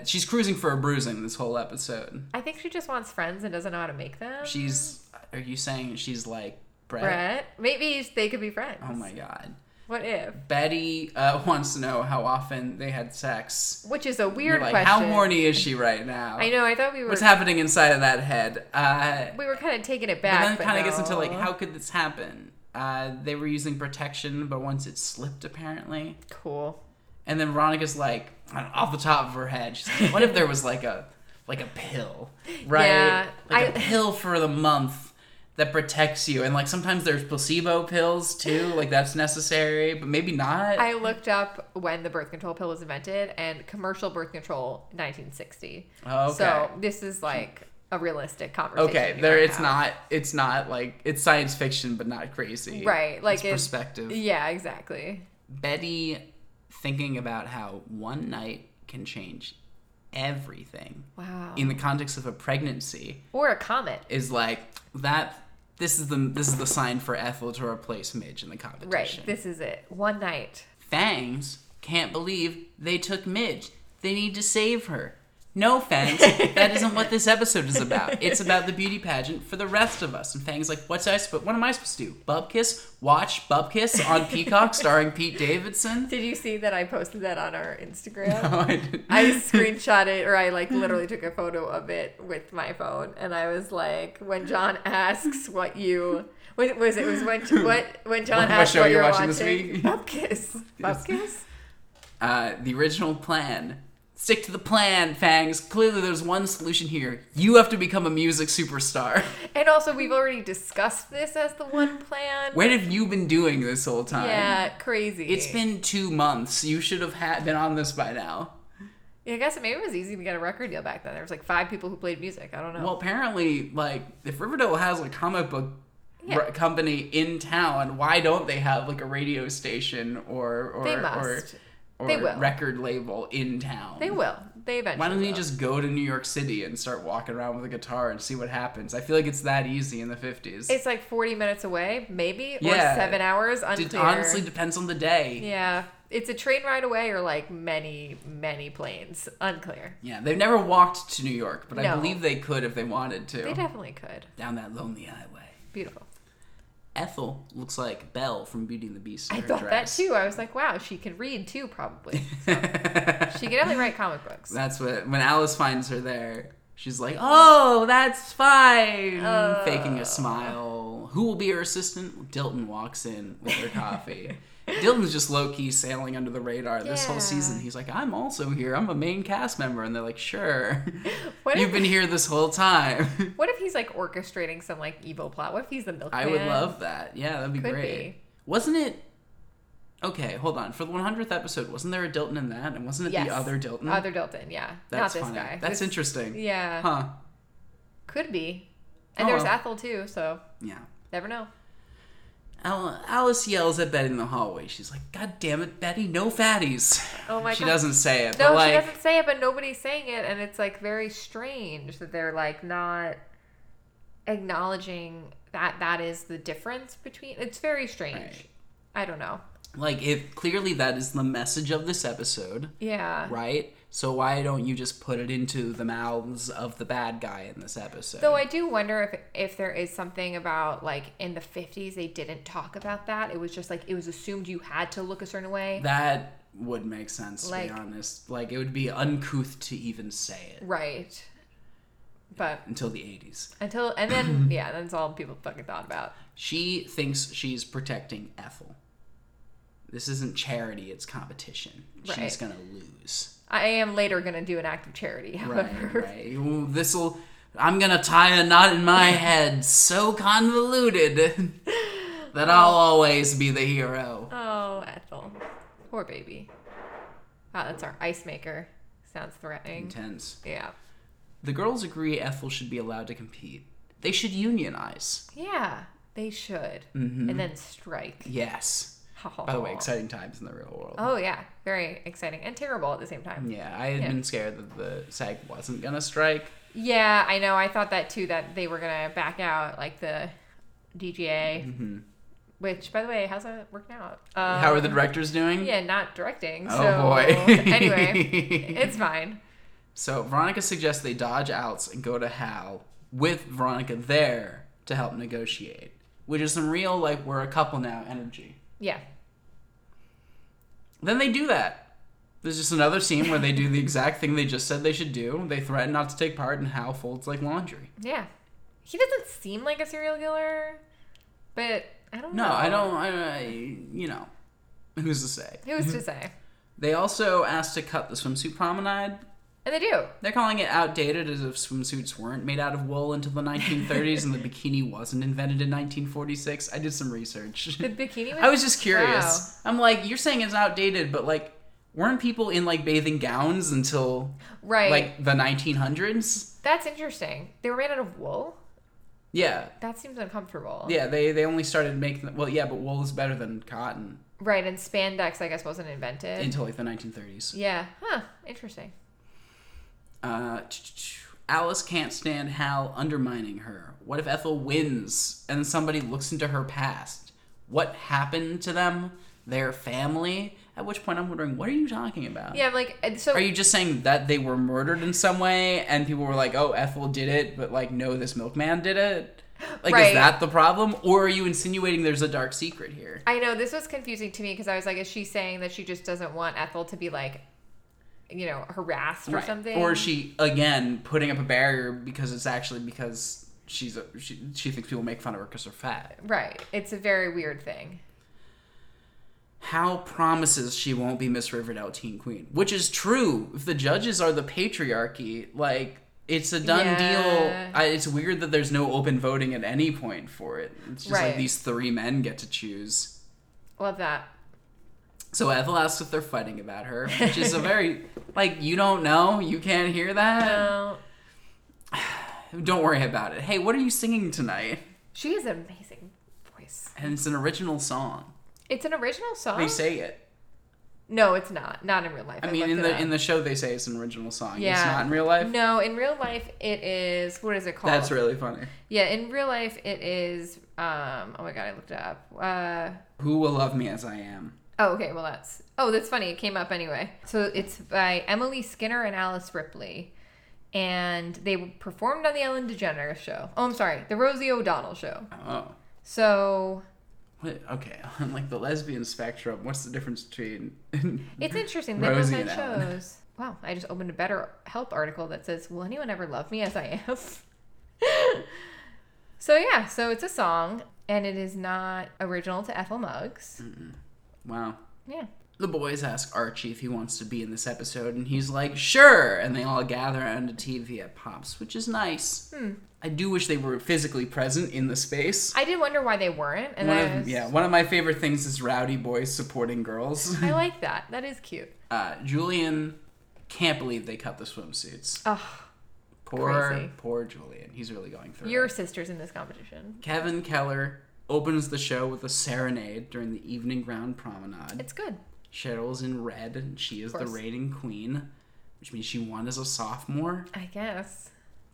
C: Uh, she's cruising for a bruising this whole episode.
B: I think she just wants friends and doesn't know how to make them.
C: She's. Are you saying she's like Brett?
B: Brett. Maybe they could be friends.
C: uh, Oh my god.
B: What if?
C: Betty uh, [laughs] wants to know how often they had sex.
B: Which is a
C: You're
B: weird
C: like,
B: question.
C: how horny is she right now?
B: I know. I thought we were
C: What's happening inside of that head? Uh,
B: we were kind of taking it
C: but
B: back.
C: then it
B: but
C: kind of gets into
B: no.
C: like, how could this happen? Uh, they were using protection, but once it slipped, apparently.
B: cool.
C: And then Veronica's like, I don't know, off the top of her head, she's like, what if there was like a like a pill, right?
B: Yeah,
C: like a
B: I-
C: pill for the month that protects you, and like sometimes there's placebo pills too, like that's necessary, but maybe not.
B: I looked up when the birth control pill was invented and commercial birth control 1960.
C: Oh, okay.
B: So this is like a realistic conversation.
C: okay,
B: we
C: there
B: might
C: it's
B: have.
C: not it's not like it's science fiction, but not crazy,
B: Right, like
C: it's
B: it-
C: perspective.
B: Yeah, exactly.
C: Betty thinking about how one night can change everything
B: Wow.
C: in the context of a pregnancy.
B: or a comet.
C: is like that this is the this is the sign for Ethel to replace Midge in the
B: Right.
C: competition.
B: This is it. One night.
C: Fangs can't believe they took Midge. They need to save her.
B: [laughs]
C: No Fangs, that isn't what this episode is about. It's about the beauty pageant for the rest of us. And Fangs like, what's I supposed what am I supposed to do? Bubkiss? Watch Bubkiss on Peacock starring Pete Davidson? [laughs]
B: Did you see that I posted that on our Instagram?
C: No, I didn't.
B: [laughs]
C: [laughs]
B: I screenshot it or I like literally took a photo of it with my phone and I was like when John asks what you what was it was
C: [laughs]
B: when what when John
C: What- what
B: asks
C: show
B: what
C: you're
B: you're
C: watching
B: watching,
C: this week? [laughs]
B: Bubkiss. Bubkiss?
C: uh, the original plan. Stick to the plan, Fangs. Clearly there's one solution here. You have to become a music superstar. [laughs]
B: And also we've already discussed this as the one plan.
C: What have you been doing this whole time?
B: yeah, crazy.
C: It's been two months. You should have ha- been on this by now.
B: I guess maybe it was easy to get a record deal back then. There was like five people who played music. I don't know.
C: Well, apparently, like, if Riverdale has a comic book
B: Yeah.
C: r- company in town, why don't they have, like, a radio station or, or,
B: They
C: or-
B: must.
C: or,
B: They will.
C: record label in town?
B: they will. They eventually.
C: Why don't they
B: will.
C: just go to New York City and start walking around with a guitar and see what happens? I feel like it's that easy in the 50s.
B: It's like forty minutes away, maybe,
C: Yeah.
B: or seven hours.
C: it
B: Unclear.
C: honestly depends on the day.
B: Yeah, it's a train ride away or like many, many planes. Unclear.
C: Yeah, they've never walked to New York, but I
B: No.
C: believe they could if they wanted to.
B: They definitely could.
C: down that lonely highway.
B: Beautiful.
C: Ethel looks like Belle from Beauty and the Beast. in
B: I
C: her
B: thought that
C: dress. [laughs]
B: too. I was like, wow, she can read too, probably. So, she can definitely write comic
C: [laughs]
B: books.
C: That's what when Alice finds her there, she's like, "Oh, that's fine,"
B: Oh.
C: faking a smile. Who will be her assistant? Dilton walks in with her coffee.
B: [laughs]
C: Dilton's just low key sailing under the radar this whole
B: Yeah.
C: season. He's like, "I'm also here. I'm a main cast member," and they're like, "Sure,
B: What if,
C: [laughs] you've been here this whole time."
B: what if he's like orchestrating some like evil plot? What if he's the milkman?
C: I would love that. Yeah, that'd be
B: Could
C: great.
B: be.
C: Wasn't it? Okay, hold on. For the 100th episode, wasn't there a Dilton in that? And wasn't it
B: Yes.
C: the other Dilton?
B: Other Dalton, yeah. Not
C: That's
B: this
C: funny.
B: guy.
C: That's
B: This-
C: interesting.
B: Yeah.
C: Huh?
B: Could be. And
C: Oh,
B: there's
C: well.
B: Athel too, so
C: Yeah.
B: never know.
C: Al- Alice yells at Betty in the hallway. She's like, "God damn it, Betty! No fatties."
B: Oh my
C: she
B: God.
C: doesn't say it,
B: No,
C: but like,
B: she doesn't say it, but nobody's saying it, and it's like very strange that they're like not acknowledging that that is the difference between. It's very strange.
C: Right.
B: I don't know.
C: like if clearly that is the message of this episode,
B: Yeah.
C: right? So why don't you just put it into the mouths of the bad guy in this episode?
B: Though I do wonder if if there is something about like in the fifties they didn't talk about that. It was just like it was assumed you had to look a certain way.
C: That would make sense, to
B: Like-
C: be honest. Like, it would be uncouth to even say it
B: right. But
C: until the 80s.
B: until and
C: [clears throat]
B: then yeah, that's all people fucking thought about.
C: She thinks she's protecting Ethel. This isn't charity, it's competition. She's
B: Right.
C: going to lose.
B: [laughs] I am later gonna do an act of charity,
C: Right,
B: however.
C: right. Ooh, This'll. I'm going to tie a knot
B: [laughs]
C: in my head so convoluted that I'll always be the hero.
B: [laughs] Oh, Ethel. Poor baby. Wow, that's our ice maker. Sounds threatening.
C: Intense.
B: Yeah.
C: The girls agree Ethel should be allowed to compete, they should unionize.
B: Yeah, they should. And then strike.
C: Yes.
B: [laughs]
C: Mm-hmm. By the way, exciting times in the real world.
B: Oh, yeah. Very exciting and terrible at the same time.
C: Yeah, I had
B: Yeah.
C: been scared that the SAG wasn't gonna strike.
B: Yeah, I know. I thought that too, that they were going to back out, like the DGA. Which, by the way, how's that working out? Um,
C: Mm-hmm. How are the directors doing?
B: Yeah, not directing.
C: Oh
B: so,
C: boy.
B: [laughs]
C: [laughs]
B: anyway, it's fine.
C: so Veronica suggests they dodge outs and go to Hal with Veronica there to help negotiate, which is some real like we're a couple now energy.
B: Yeah.
C: Then they do that. There's just another scene where they do the exact thing they just said they should do. They threaten not to take part, and Hal folds like laundry.
B: Yeah. He doesn't seem like a serial killer, but I don't
C: No,
B: know.
C: I don't. I, I you know, who's to say?
B: Who's to say?
C: They also asked to cut the swimsuit promenade.
B: And they do.
C: They're calling it outdated as if swimsuits weren't made out of wool until the 1930s and the bikini wasn't invented in 1946. I did some research.
B: The bikini was.
C: [laughs] I was just curious. I'm like, you're saying it's outdated, but like, weren't people in like bathing gowns until
B: Right.
C: like the 1900s?
B: That's interesting. They were made out of wool.
C: Yeah,
B: That seems uncomfortable.
C: yeah. They they only started making them, well, yeah, but wool is better than cotton
B: Right, and spandex, I guess, wasn't invented.
C: until like the 1930s.
B: yeah. Huh. Interesting.
C: Uh, Alice can't stand Hal undermining her. What if Ethel wins and somebody looks into her past? What happened to them? Their family? At which point I'm wondering, what are you talking about?
B: Yeah, I'm like, and so.
C: Are you just saying that they were murdered in some way and people were like, oh, Ethel did it, but like, no, this milkman did it? Like,
B: Right.
C: is that the problem? Or are you insinuating there's a dark secret here?
B: I know this was confusing to me because I was like, is she saying that she just doesn't want Ethel to be like, you know, harassed or
C: Right.
B: something?
C: Or is she, again, putting up a barrier because it's actually because she's a, she, she thinks people make fun of her because they're fat?
B: Right. It's a very weird thing.
C: Hal promises she won't be Miss Riverdale Teen Queen, which is true. If the judges are the patriarchy, like it's a done
B: Yeah.
C: deal. I, it's weird that there's no open voting at any point for it. It's just
B: Right.
C: like these three men get to choose.
B: Love that.
C: So Ethel asks if they're fighting about her, which
B: [laughs]
C: is a very like you don't know, you can't hear that.
B: No.
C: Don't worry about it. Hey, what are you singing tonight?
B: She has an amazing voice.
C: And it's an original song.
B: It's an original song.
C: They say it.
B: no, it's not. Not in real life.
C: I mean, in the in the show, they say it's an original song. It's not in real life.
B: No, in real life it is. What is it called?
C: That's really funny.
B: Yeah, in real life it is. Um. Oh my god, I looked it up. Uh.
C: Who will love me as I am?
B: Oh, okay. Well, that's. Oh, that's funny. It came up anyway. So it's by Emily Skinner and Alice Ripley. And they performed on the Ellen DeGeneres show. Oh, I'm sorry, the Rosie O'Donnell show.
C: Oh.
B: So
C: What? Okay, [laughs] on like the lesbian spectrum, what's the difference between? [laughs]
B: It's interesting. They both
C: Rosie
B: had
C: and Alan.
B: shows. Wow, I just opened a better help article that says, Will anyone ever love me as I am? [laughs] so yeah, so it's a song and it is not original to Ethel Muggs.
C: Mm. wow.
B: Yeah.
C: The boys ask Archie if he wants to be in this episode, and he's like, "Sure." And they all gather around a TV at Pops, which is nice.
B: Hmm.
C: I do wish they were physically present in the space.
B: I did wonder why they weren't and
C: One
B: I
C: of,
B: was-
C: yeah, one of my favorite things is rowdy boys supporting girls.
B: [laughs] I like that. That is cute.
C: Uh, Julian can't believe they cut the swimsuits.
B: Ugh,
C: Poor,
B: crazy.
C: poor Julian. He's really going through. it.
B: your sister's in this competition.
C: Kevin Keller opens the show with a serenade during the evening ground promenade.
B: It's good.
C: Cheryl's in red, and she is the
B: course.
C: reigning queen, which means she won as a sophomore.
B: I guess.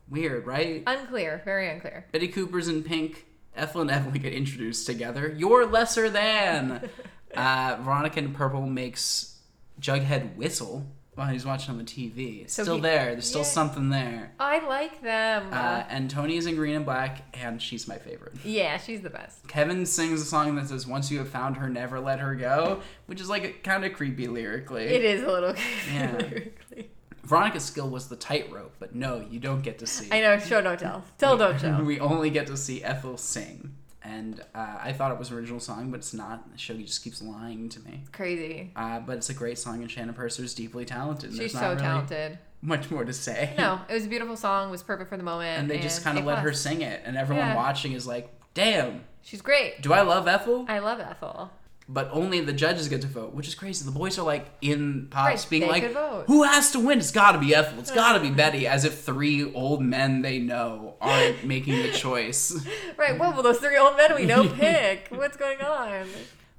C: Weird,
B: Uh,
C: right?
B: Unclear, very unclear.
C: Betty Cooper's in pink. Ethel and Evelyn get introduced together. You're lesser
B: [laughs]
C: than. uh, Veronica in purple makes Jughead whistle while he's watching on the TV.
B: So
C: still
B: he-
C: there. There's still
B: yeah. Uh-huh.
C: something there.
B: I like them.
C: Uh, and Tony is in green and black, and she's my favorite.
B: yeah, she's the best.
C: Kevin sings a song that says "Once you have found her, never let her go," which is like kind of creepy lyrically.
B: It is a little [laughs]
C: Yeah.
B: lyrically.
C: Veronica's skill was the tightrope, but no, you don't get to see.
B: I know, show don't tell. Tell don't show.
C: [laughs] We only get to see Ethel sing, and uh, I thought it was an original song, but it's not. The show just keeps lying to me.
B: Crazy.
C: Uh, but it's a great song, and Shannon Purser is deeply talented. and
B: She's
C: there's
B: so
C: not really
B: talented.
C: Much more to say.
B: No, it was a beautiful song. Was perfect for the moment.
C: And they just kind of
B: A
C: let her
B: plus.
C: sing it, and everyone
B: Yeah.
C: watching is like, "Damn,
B: She's great.
C: do I love Ethel?"
B: I love Ethel.
C: but only the judges get to vote, which is crazy. The boys are like in pops
B: Right,
C: being
B: they
C: like,
B: could vote.
C: "Who has to win? It's got to be Ethel. It's got
B: [laughs]
C: to be Betty." As if three old men they know aren't making the choice.
B: Right. Well, well, those three old men we
C: [laughs]
B: know pick. What's going on?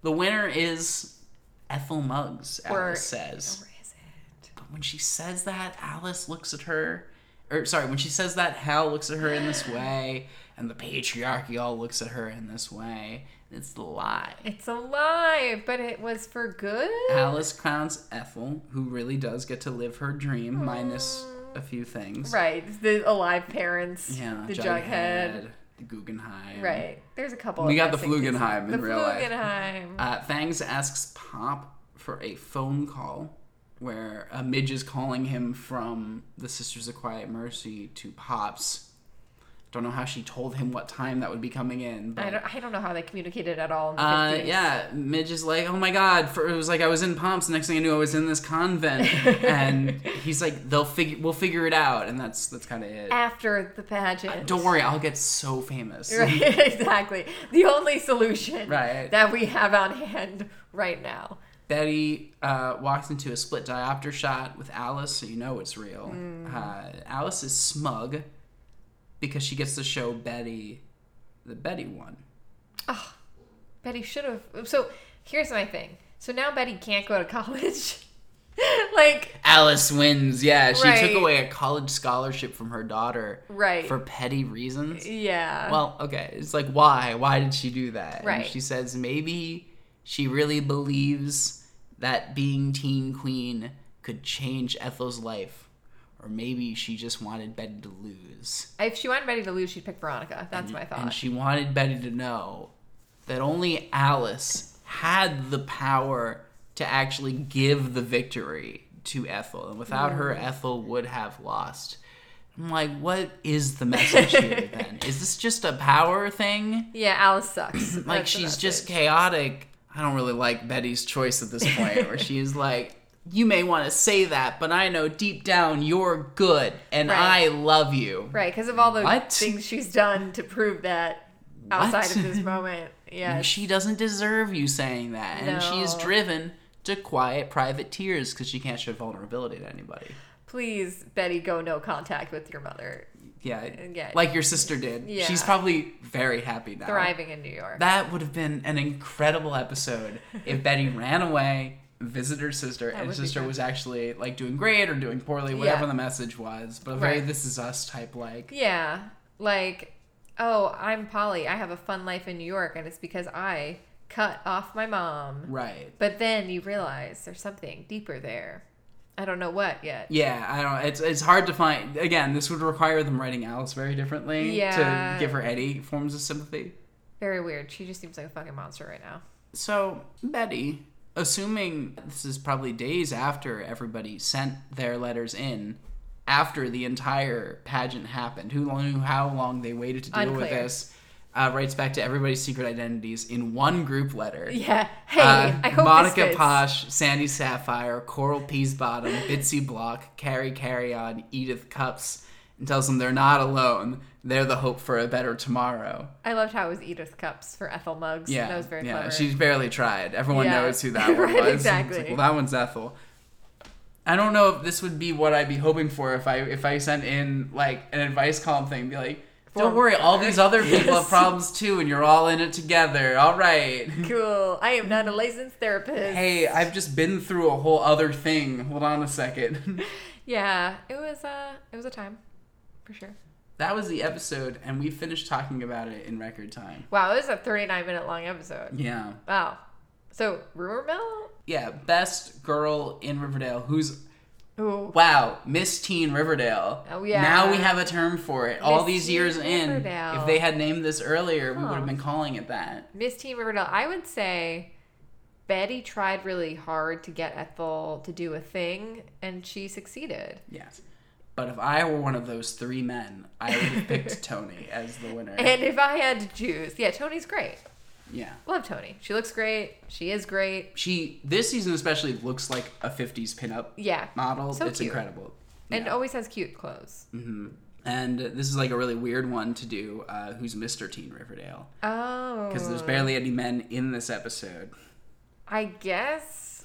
C: The winner is Ethel Muggs.
B: Or- oh,
C: Alice says.
B: Or is it?
C: But when she says that, Alice looks at her. Or sorry, when she says that, Hal looks at her in this way, and the patriarchy all looks at her in this way. It's the lie.
B: It's a lie, but it was for good.
C: Alice crowns Ethel, who really does get to live her dream, minus a few things.
B: Right. The alive parents.
C: Yeah.
B: The Jughead.
C: The Guggenheim.
B: Right. There's a couple.
C: We
B: of
C: got the
B: missing pieces.
C: Flugenheim in
B: the
C: real life.
B: Flugenheim.
C: Uh, Fangs asks Pop for a phone call where uh, Midge is calling him from the Sisters of Quiet Mercy to Pops. Don't know how she told him what time that would be coming in, but
B: I don't, I don't know how they communicated at all. In the
C: uh,
B: 50s.
C: yeah, Midge is like, oh my god. For, it was like I was in Pomps. Next thing I knew, I was in
B: [laughs]
C: this convent, and he's like, they'll figure, we'll figure it out, and that's that's kind of it.
B: After the pageant.
C: Don't worry, I'll get so famous.
B: [laughs] Right, exactly. The only solution
C: [laughs] Right.
B: that we have on hand right now.
C: Betty uh, walks into a split diopter shot with Alice, so you know it's real.
B: Mm.
C: Uh, Alice is smug because she gets to show Betty the Betty one.
B: Betty should have. So here's my thing. So now Betty can't go to college. [laughs] like,
C: Alice wins. Yeah, she
B: Right.
C: took away a college scholarship from her daughter
B: Right.
C: for petty reasons.
B: yeah.
C: Well, okay. It's like why? Why did she do that? And
B: Oh. Right.
C: she says maybe she really believes that being teen queen could change Ethel's life. Or maybe she just wanted Betty to lose.
B: if she wanted Betty to lose, she'd pick Veronica. That's my
C: And
B: thought.
C: she wanted Betty to know that only Alice had the power to actually give the victory to Ethel. And without her, Ethel would have lost. I'm like, what is the message here then? Is this just a power thing?
B: yeah, Alice sucks.
C: [clears throat] Like,
B: That's the
C: she's just
B: message.
C: chaotic. I don't really like Betty's choice at this point,
B: [laughs]
C: where she is like, you may want to say that, but I know deep down you're good and
B: Right.
C: I love you.
B: Right, because of all the
C: What?
B: things she's done to prove that outside
C: What? [laughs]
B: of this moment. Yeah.
C: She doesn't deserve you saying that. And she is
B: No.
C: driven to quiet private tears because she can't show vulnerability to anybody.
B: Please, Betty, go no contact with your mother.
C: Yeah.
B: Uh, Yeah.
C: Like your sister did.
B: Yeah.
C: She's probably very happy now.
B: Thriving in New York.
C: That would have been an incredible episode if
B: [laughs]
C: Betty ran away, visited her sister, and
B: would be
C: sister
B: good.
C: was actually like doing great or doing poorly, whatever
B: Yeah.
C: the message was. But a very
B: Right.
C: this is us type like.
B: Yeah. Like, oh, I'm Polly. I have a fun life in New York, and it's because I cut off my mom.
C: Right.
B: But then you realize there's something deeper there. I don't know what yet.
C: Yeah, I don't. It's it's hard to find. Again, this would require them writing Alice very differently
B: Yeah.
C: to give her any forms of sympathy.
B: Very weird. She just seems like a fucking monster right now.
C: So, Betty, assuming this is probably days after everybody sent their letters in, after the entire pageant happened, who knew how long they waited to deal with
B: Unclear.
C: this, uh, writes back to everybody's secret identities in one group letter.
B: Yeah. Hey,
C: Uh,
B: I hope
C: Monica
B: this fits.
C: Posh, Sandy Sapphire, Coral Peasbottom, Bitsy Block, Carrie Carrion, Edith Cups, and tells them they're not alone. They're the hope for a better tomorrow.
B: I loved how it was Edith Cups for Ethel Muggs.
C: Yeah,
B: That was very
C: yeah.
B: clever.
C: She's barely tried. Everyone
B: Yeah. [laughs]
C: knows who that one
B: Right,
C: was. It's
B: exactly.
C: like, well, that one's Ethel. I don't know if this would be what I'd be hoping for if I if I sent in like an advice column thing, be like, don't
B: For-
C: worry, all these other people
B: Yes.
C: have problems too, and you're all in it together.
B: [laughs]
C: All right.
B: cool. I am not a licensed therapist.
C: Hey, I've just been through a whole other thing. Hold on a second. [laughs]
B: Yeah, it was uh it was a time. For sure.
C: that was the episode, and we finished talking about it in record time.
B: Wow, it was a 39 minute long episode.
C: Yeah.
B: Wow. So, rumor mill?
C: Yeah, best girl in Riverdale who's
B: Ooh.
C: Wow, Miss Teen Riverdale.
B: Oh, yeah.
C: Now we have a term for it. All
B: Miss
C: these
B: Teen
C: years in,
B: Riverdale.
C: if they had named this earlier, we
B: Huh.
C: would have been calling it that.
B: Miss Teen Riverdale, I would say Betty tried really hard to get Ethel to do a thing, and she succeeded.
C: Yes. But if I were one of those three men, I would
B: [laughs]
C: have picked Tony as the winner.
B: And if I had to choose, yeah, Tony's great.
C: yeah.
B: Love Tony. She looks great. She is great.
C: She this season especially looks like a 50s pinup
B: Yeah.
C: model.
B: So
C: it's
B: cute. And
C: incredible. Yeah. Mm. Mm-hmm.
B: always has cute clothes.
C: And this is like a really weird one to do. Uh, who's Mr. Teen Riverdale?
B: Oh.
C: Because there's barely any men in this episode.
B: I guess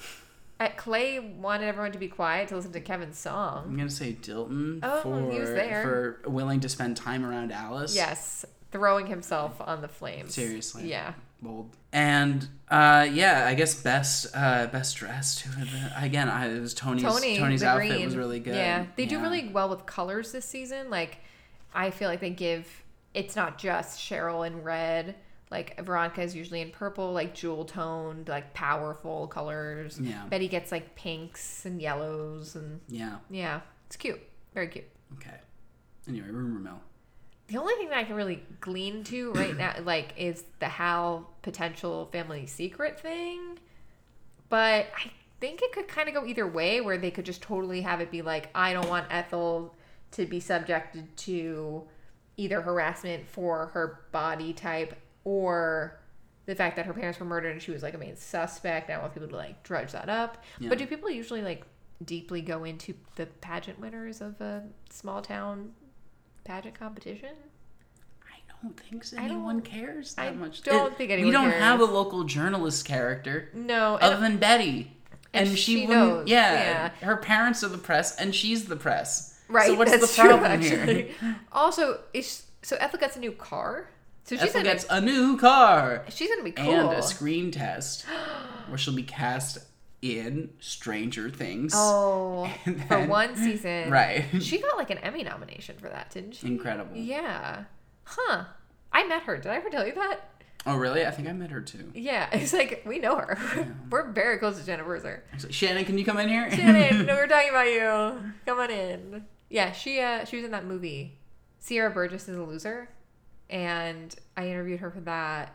B: uh, Clay wanted everyone to be quiet to listen to Kevin's song.
C: I'm gonna say Dilton
B: Oh,
C: for
B: he was there.
C: for willing to spend time around Alice.
B: Yes. Throwing himself on the flames.
C: Seriously.
B: Yeah.
C: Bold. And uh, yeah, I guess best uh, best dressed. who would that- Again, I, it was Tony's
B: Tony,
C: Tony's
B: the
C: outfit
B: green.
C: was really good.
B: Yeah, they do
C: Yeah.
B: really well with colors this season. Like, I feel like they give. It's not just Cheryl in red. Like Veronica is usually in purple, like jewel toned, like powerful colors.
C: Yeah.
B: Betty gets like pinks and yellows, and
C: Yeah.
B: yeah, it's cute, very cute.
C: Okay. Anyway, rumor mill.
B: The only thing that I can really glean to right now, like, is the Hal potential family secret thing. But I think it could kind of go either way, where they could just totally have it be like, I don't want Ethel to be subjected to either harassment for her body type or the fact that her parents were murdered and she was like a main suspect. I don't want people to like drudge that up.
C: Yeah.
B: But do people usually like deeply go into the pageant winners of a small town pageant competition?
C: I don't think so.
B: I don't-
C: anyone cares that
B: I
C: much.
B: don't think anyone
C: We don't
B: cares.
C: have a local journalist character
B: No, and-
C: other than Betty.
B: and
C: And, she,
B: she
C: wouldn't.
B: knows,
C: Yeah, her parents are the press, and she's the press.
B: Right.
C: So what's
B: that's
C: the
B: true,
C: problem here? [laughs]
B: actually. [laughs] Also, is so Ethel gets a new car. So she's
C: Ethel
B: gonna
C: gets a new car
B: she's gonna be cool.
C: and a screen test, where she'll be cast in Stranger Things.
B: oh,
C: [laughs] And
B: for
C: then-
B: one season,
C: Right.
B: She got like an Emmy nomination for that, didn't she?
C: [laughs] Incredible.
B: Yeah. Huh. I met her. Did I ever tell you that?
C: Oh, really? I think I met her too.
B: Yeah. [laughs] It's like we know her. [laughs] We're very close to Jenna Berzer.
C: Actually, Shannon, can you come in here?
B: Shannon, no, we're talking about you. Come on in. Yeah, she uh, she was in that movie. Sierra Burgess is a loser, and I interviewed her for that.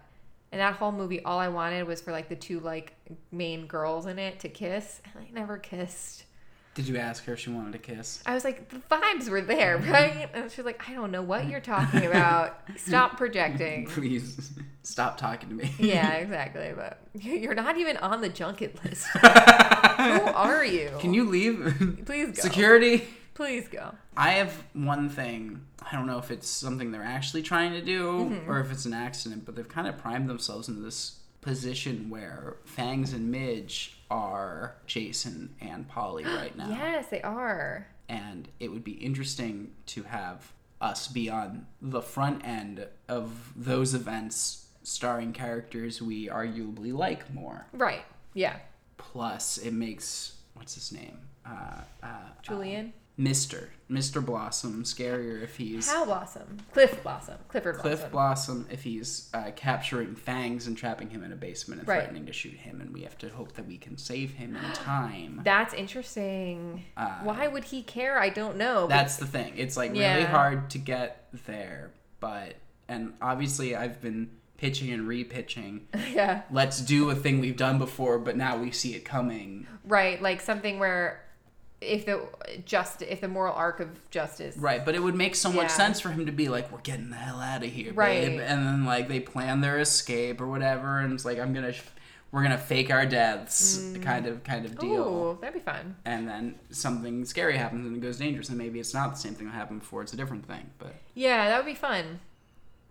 B: And that whole movie, all I wanted was for like the two like main girls in it to kiss, and I never kissed.
C: [laughs] Did you ask her if she wanted a kiss?
B: I was like, the vibes were
C: [laughs]
B: there, right? And she's like, I don't know what you're talking about. Stop projecting.
C: Please [laughs] stop talking to me.
B: Yeah, exactly. But [laughs] you're not even on the junket
C: [laughs]
B: list. Who are you?
C: Can you leave?
B: please go?
C: Security.
B: Please go.
C: I have one thing. I don't know if it's something they're actually trying to do or if it's an accident, but they've kind of primed themselves into this position where Fangs and Midge are Jason and Polly right now.
B: Yes, they are.
C: And it would be interesting to have us be on the front end of those events starring characters we arguably like more.
B: Right. Yeah.
C: Plus, it makes what's his name? Uh, uh,
B: Julian.
C: Mr. Mr. Blossom scarier if he's
B: Um, How Blossom. Cliff Blossom. Clifford Blossom.
C: Cliff Blossom if he's uh, capturing Fangs and trapping him in a basement and
B: Right.
C: threatening to shoot him, and we have to hope that we can save
B: [gasps]
C: him in time.
B: That's interesting.
C: Uh,
B: Why would he care? I don't know.
C: That's the thing. It's like really
B: Yeah.
C: hard to get there, but and obviously I've been pitching and repitching.
B: [laughs] yeah.
C: Let's do a thing we've done before, but now we see it coming.
B: Right. Like something where if the just if the moral arc of justice.
C: Right, but it would make so
B: Yeah.
C: much sense for him to be like, "We're getting the hell out of here,
B: Right.
C: babe," and then like they plan their escape or whatever, and it's like, "I'm gonna, we're gonna fake our deaths," kind of kind of deal.
B: Mm. Ooh, that'd be fun.
C: and then something scary happens and it goes dangerous and maybe it's not the same thing that happened before it's a different thing but
B: Yeah, that would be fun.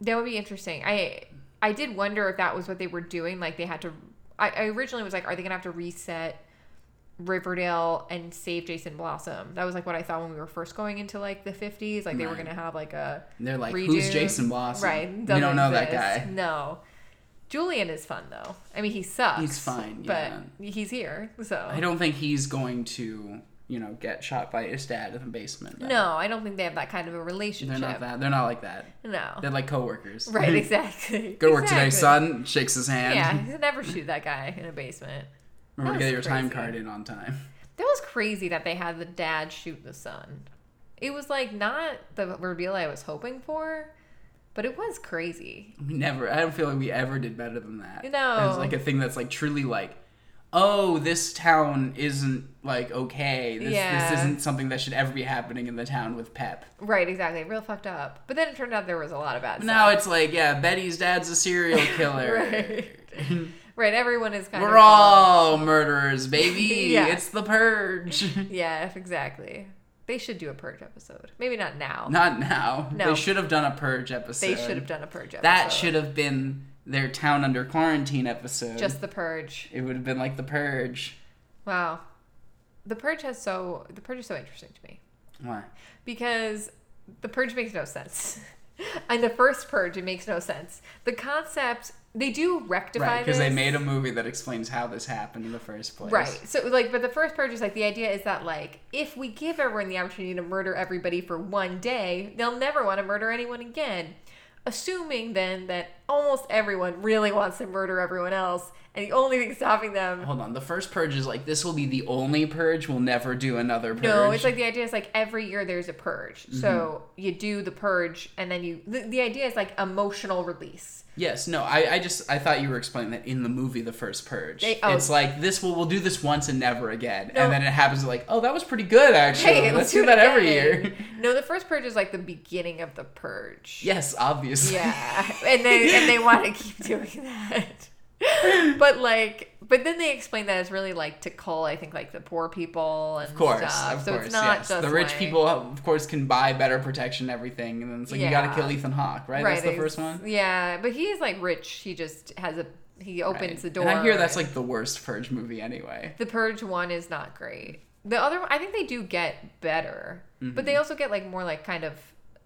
B: That would be interesting. I I did wonder if that was what they were doing. Like they had to. I, I originally was like, are they gonna have to reset Riverdale and save Jason Blossom? That was like what I thought when we were first going into like the fifties. Like they were
C: Right.
B: gonna have like a
C: and they're like
B: Redo.
C: who's jason blossom
B: right.
C: we
B: doesn't
C: don't know that
B: exist.
C: guy
B: No. Julian is fun though. I mean, he sucks.
C: He's fine,
B: but he's here. So
C: i don't think he's going to you know get shot by his dad in the basement though.
B: No, I don't think they have that kind of a
C: they're
B: relationship.
C: not that they're not like that
B: No.
C: they're like coworkers
B: right.
C: [laughs]
B: Exactly.
C: good work today
B: Exactly.
C: son shakes his hand
B: Yeah, you could never shoot that guy in a basement.
C: remember to
B: That
C: get your
B: was
C: time
B: crazy.
C: card in on time
B: That was crazy that they had the dad shoot the son. It was like not the reveal I was hoping for, but it was crazy.
C: we never i don't feel like we ever did better than that
B: No.
C: it's like a thing that's like truly like oh this town isn't like okay this,
B: Yeah.
C: this isn't something that should ever be happening in the town with pep
B: Right, exactly. Real fucked up. But then it turned out there was a lot of bad
C: But now
B: stuff.
C: it's like yeah betty's dad's
B: [laughs]
C: a serial killer
B: Right. [laughs] Right, everyone is kind
C: we're
B: of.
C: all murderers baby
B: [laughs] Yeah.
C: it's the purge [laughs]
B: Yeah, exactly. They should do a purge episode. Maybe not now.
C: not now
B: No.
C: they should have done a purge episode
B: they should have done a purge episode.
C: that should have been their town under quarantine episode
B: Just the purge.
C: it would have been like the purge
B: Wow. The purge has so. The purge is so interesting to me.
C: why
B: because the purge makes no sense. [laughs] and the first purge, it makes no sense. The concept they do rectify
C: right because they
B: this.
C: made a movie that explains how this happened in the first place
B: Right. So like but the first purge is like the idea is that like if we give everyone the opportunity to murder everybody for one day, they'll never want to murder anyone again. Assuming then that almost everyone really wants to murder everyone else and the only thing stopping them.
C: Hold on. The first purge is like this will be the only purge. We'll never do another purge. Mm-hmm.
B: No, it's like the idea is like every year there's a purge. So you do the purge and then you the, the idea is like emotional release.
C: yes. No, I, I just I thought you were explaining that in the movie the first purge.
B: They- oh.
C: It's like this will we'll do this once and never again.
B: No.
C: And then it happens like oh that was pretty good actually.
B: Hey,
C: let's, do that
B: it
C: every
B: again.
C: year.
B: [laughs]
C: [laughs]
B: No, the first purge is like the beginning of the purge.
C: Yes, obviously.
B: Yeah. And they and they want to keep [laughs] doing that. But like but then they explain that it's really like to call I think like the poor people and
C: [laughs] Of course,
B: stuff.
C: of
B: so
C: course,
B: it's not
C: yes.
B: just
C: the rich
B: like-
C: people, of course, can buy better protection, and everything, and then it's like you got
B: Yeah.
C: to kill Ethan Hawke, right? That's the
B: they-
C: first one.
B: Yeah, but he's like rich. He just has a he opens
C: Right.
B: the door.
C: And I hear that's like the worst Purge movie anyway.
B: the Purge one is not great. The other one, I think they do get better,
C: Mm-hmm.
B: but they also get like more like kind of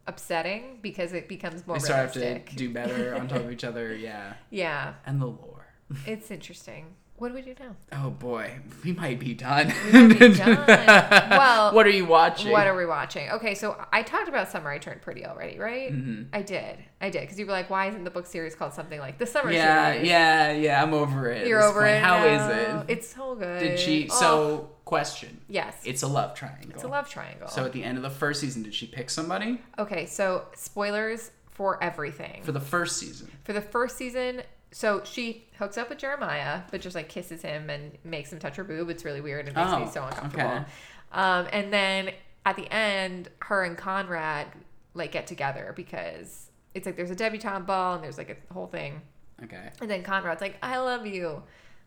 B: upsetting because it becomes more
C: They start to have
B: realistic.
C: to do better on top of
B: [laughs]
C: each other, yeah.
B: yeah,
C: And the lore.
B: it's interesting. What do we do
C: [laughs]
B: now?
C: Oh boy, we might be done. [laughs]
B: be done. Well,
C: what are you watching?
B: What are we watching? Okay, so I talked about Summer I Turned Pretty already, right?
C: Mm-hmm.
B: I did. I did. Because you were like, why isn't the book series called something like The Summer
C: yeah,
B: Series?
C: yeah, yeah. I'm over it. at
B: You're
C: this
B: over
C: point.
B: it.
C: How is
B: now.
C: it?
B: It's so good.
C: Did she?
B: Oh,
C: So, question.
B: Yes.
C: It's a love triangle.
B: It's a love triangle.
C: So at the end of the first season, did she pick somebody
B: okay, so spoilers for everything.
C: for the first season?
B: for the first season so she hooks up with jeremiah but just like kisses him and makes him touch her boob it's really weird and makes
C: Oh,
B: me so uncomfortable
C: okay.
B: um, and then at the end her and conrad like get together because it's like there's a debutante ball and there's like a whole thing
C: Okay.
B: and then conrad's like i love you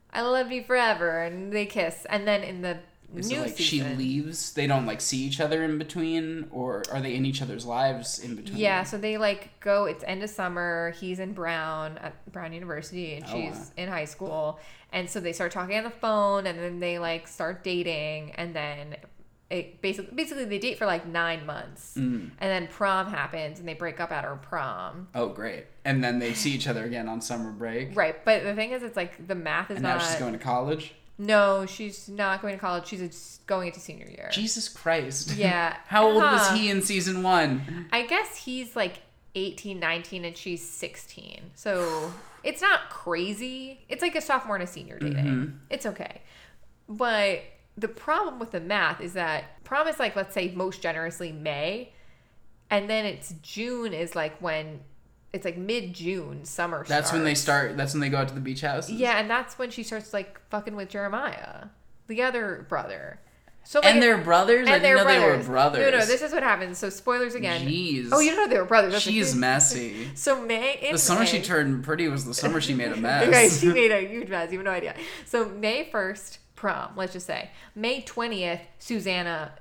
B: i love you forever and they kiss and then in the
C: Is
B: new
C: it like
B: season
C: she leaves? They don't like see each other in between, or are they in each other's lives in between?
B: Yeah, so they like go. It's end of summer. He's in Brown at Brown University, and
C: Oh,
B: she's
C: wow.
B: in high school. And so they start talking on the phone, and then they like start dating, and then it basically basically they date for like nine months,
C: Mm.
B: and then prom happens, and they break up at her prom.
C: Oh, great. And then they see each other again on summer break.
B: Right, but the thing is, it's like the math is
C: And now
B: not.
C: she's going to college.
B: no, she's not going to college. She's just going into senior year.
C: Jesus Christ.
B: Yeah.
C: [laughs]
B: Uh-huh.
C: How old was
B: Huh.
C: he in season one?
B: I guess he's like 18, 19, and she's 16. So it's not crazy. It's like a sophomore and a senior dating.
C: Mm-hmm.
B: It's okay. But the problem with the math is that prom is like, let's say, most generously May. And then it's June is like when it's like mid June, summer.
C: That's when they
B: starts.
C: start. That's when they go out to the beach house.
B: Yeah. And that's when she starts like fucking with Jeremiah, the other brother. So like,
C: And they're brothers. I
B: and
C: didn't
B: they're
C: know
B: brothers.
C: they were brothers.
B: No, no, this is what happens. So spoilers again.
C: Jeez.
B: Oh, you don't know they were brothers. That's the
C: She's
B: thing.
C: messy.
B: So May in
C: The summer
B: May,
C: she
B: [laughs]
C: turned pretty was the summer she made a
B: Right,
C: mess.
B: she made a huge mess. You have no idea. So May first, prom. Let's just say May twentieth, Susanna,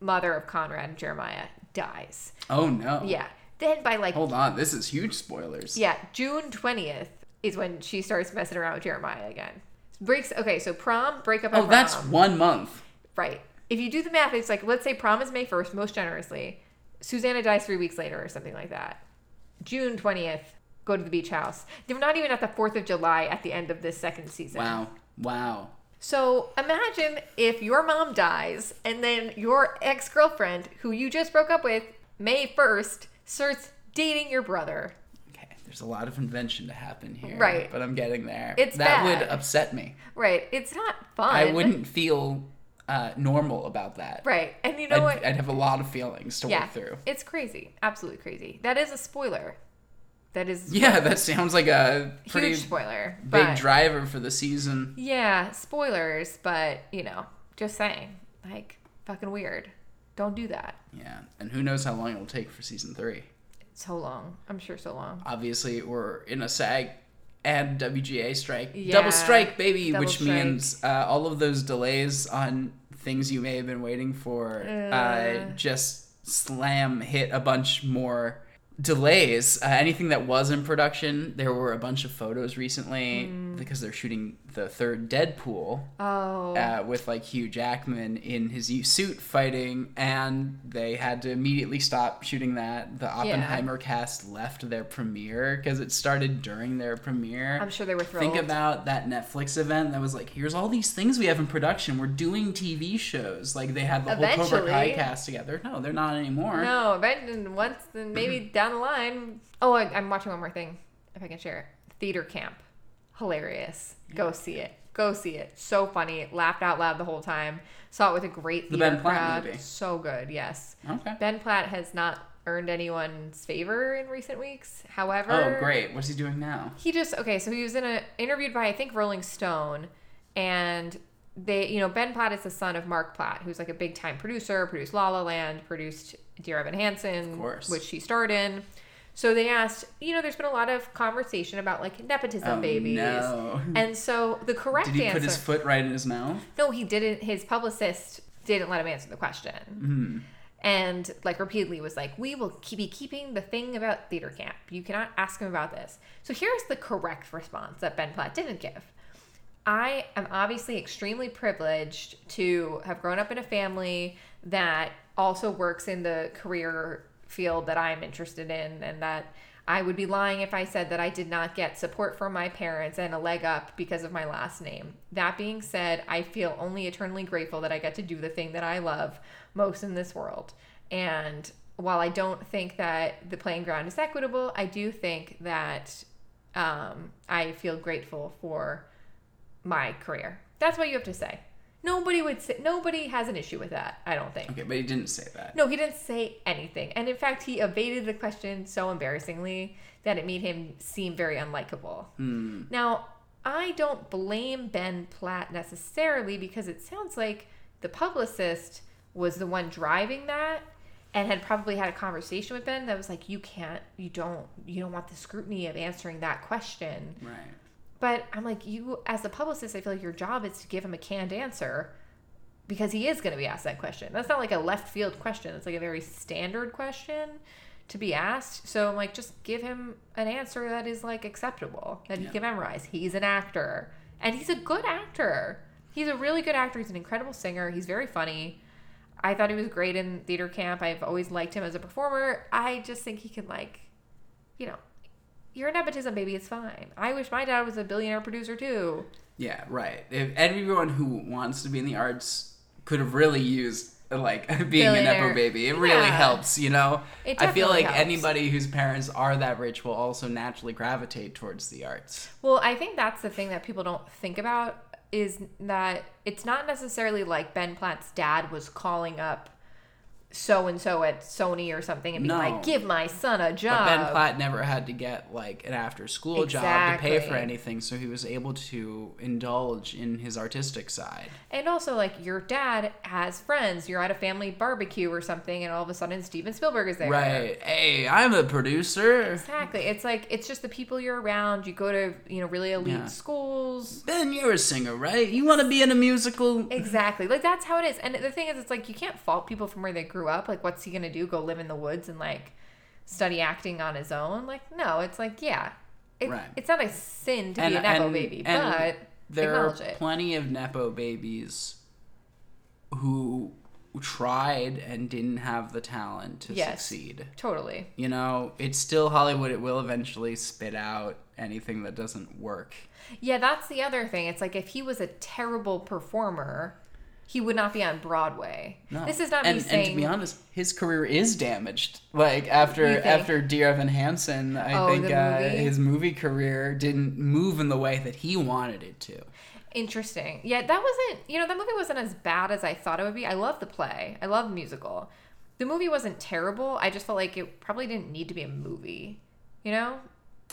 B: mother of Conrad and Jeremiah, dies.
C: Oh no.
B: Yeah. Then by like
C: Hold on. This is huge spoilers.
B: yeah, June twentieth is when she starts messing around with Jeremiah again. Breaks. Okay, so prom, breakup. and
C: Oh, that's
B: prom.
C: one month.
B: Right. If you do the math, it's like let's say prom is May first, most generously. Susanna dies three weeks later or something like that. June twentieth, go to the beach house. They're not even at the fourth of July at the end of this second season.
C: Wow. Wow.
B: So imagine if your mom dies and then your ex girlfriend, who you just broke up with, May first, starts dating your brother.
C: Okay, there's a lot of invention to happen here.
B: Right.
C: But I'm getting there.
B: It's
C: that
B: bad.
C: would upset me.
B: Right. It's not fun.
C: I wouldn't feel uh, normal about that.
B: Right. And you know
C: I'd,
B: what?
C: I'd have a lot of feelings to
B: yeah.
C: work through.
B: It's crazy. Absolutely crazy. That is a spoiler. That is a
C: Yeah, that sounds like a pretty
B: huge spoiler.
C: big
B: but
C: driver for the season.
B: yeah, spoilers, but you know, just saying, like fucking weird. Don't do that.
C: Yeah, and who knows how long it'll take for season three.
B: So long. I'm sure so long.
C: Obviously, we're in a SAG and WGA strike.
B: Yeah,
C: Double strike, baby,
B: double
C: which
B: strike.
C: means uh, all of those delays on things you may have been waiting for uh, just slam hit a bunch more delays. Uh, anything that was in production, there were a bunch of photos recently
B: Mm.
C: because they're shooting the third Deadpool
B: Oh,
C: uh, with like Hugh Jackman in his u- suit fighting, and they had to immediately stop shooting that. The Oppenheimer cast left their premiere because it started during their premiere.
B: I'm sure they were thrilled.
C: Think about that Netflix event that was like, here's all these things we have in production. We're doing TV shows. Like they had the whole Cobra Kai
B: Eventually.
C: cast together. No, they're not anymore.
B: no, but then once,
C: [clears throat]
B: then maybe down the line. Oh, I, I'm watching one more thing. If I can share it, theater camp. hilarious. Go see it. Go see it. So funny. Laughed out loud the whole time. Saw it with a great
C: The
B: theater
C: Ben Platt
B: crowd.
C: movie.
B: So good. Yes.
C: Okay.
B: Ben Platt has not earned anyone's favor in recent weeks. However,
C: Oh, great. What's he doing now?
B: he just okay so he was in a interviewed by i think rolling stone and they you know ben platt is the son of mark platt who's like a big time producer produced la la land produced dear evan hansen
C: Of course.
B: which she starred in so they asked you know there's been a lot of conversation about like nepotism
C: Oh,
B: babies
C: no.
B: and so the correct
C: Did he
B: answer
C: put his foot right in his mouth?
B: no he didn't his publicist didn't let him answer the question and like repeatedly was like we will keep, be keeping the thing about theater camp you cannot ask him about this so here's the correct response that ben platt didn't give i am obviously extremely privileged to have grown up in a family that also works in the career field that i'm interested in and that i would be lying if i said that i did not get support from my parents and a leg up because of my last name that being said i feel only eternally grateful that i get to do the thing that i love most in this world. And while I don't think that the playing ground is equitable, I do think that um, I feel grateful for my career. That's what you have to say. Nobody would say, nobody has an issue with that, I don't think.
C: Okay, but he didn't say that.
B: No, he didn't say anything. And in fact, he evaded the question so embarrassingly that it made him seem very unlikable. Now, I don't blame Ben Platt necessarily because it sounds like the publicist was the one driving that and had probably had a conversation with Ben that was like you can't you don't you don't want the scrutiny of answering that question.
C: Right.
B: But I'm like, you as a publicist, I feel like your job is to give him a canned answer because he is going to be asked that question. That's not like a left field question. That's like a very standard question to be asked. So I'm like, just give him an answer that is like acceptable that he
C: Yeah.
B: can memorize. He's an actor and he's a good actor. He's a really good actor. He's an incredible singer. He's very funny. I thought he was great in theater camp. I've always liked him as a performer. I just think he can like, you know, you're a nepotism baby. It's fine. I wish my dad was a billionaire producer too.
C: Yeah, right. If everyone who wants to be in the arts could have really used like [laughs] being a
B: Billionaire.
C: nepo baby, it really
B: Yeah.
C: helps, you know.
B: It
C: I feel
B: definitely
C: like
B: helps.
C: anybody whose parents are that rich will also naturally gravitate towards the arts.
B: Well, I think that's the thing that people don't think about is that it's not necessarily like Ben Platt's dad was calling up so and so at Sony or something and being
C: No.
B: like, "Give my son a job."
C: But Ben Platt never had to get like an after school job to pay for
B: Exactly.
C: anything, so he was able to indulge in his artistic side.
B: And also, like, your dad has friends. You're at a family barbecue or something, and all of a sudden, Steven Spielberg is there.
C: Right. Hey, I'm a producer.
B: Exactly. It's like it's just the people you're around. You go to you know really elite
C: Yeah.
B: schools.
C: Ben, you're a singer, right? You want to be in a musical?
B: Exactly. Like that's how it is. And the thing is it's like you can't fault people from where they grew up. Like what's he going to do? Go live in the woods and like study acting on his own? Like no, it's like yeah. It,
C: Right.
B: It's not a sin to be a nepo baby, but
C: there are
B: acknowledge it.
C: plenty of nepo babies who tried and didn't have the talent to
B: Yes.
C: succeed.
B: totally.
C: You know, it's still Hollywood. It will eventually spit out anything that doesn't work.
B: Yeah, that's the other thing. It's like if he was a terrible performer, he would not be on Broadway.
C: No.
B: This is not
C: and,
B: me saying
C: And to be honest, his career is damaged. Like after
B: You think?
C: after Dear Evan Hansen, I
B: Oh,
C: think
B: the
C: uh,
B: movie?
C: his movie career didn't move in the way that he wanted it to.
B: Interesting. Yeah, that wasn't, you know, that movie wasn't as bad as I thought it would be. I love the play, I love the musical. The movie wasn't terrible. I just felt like it probably didn't need to be a movie, you know?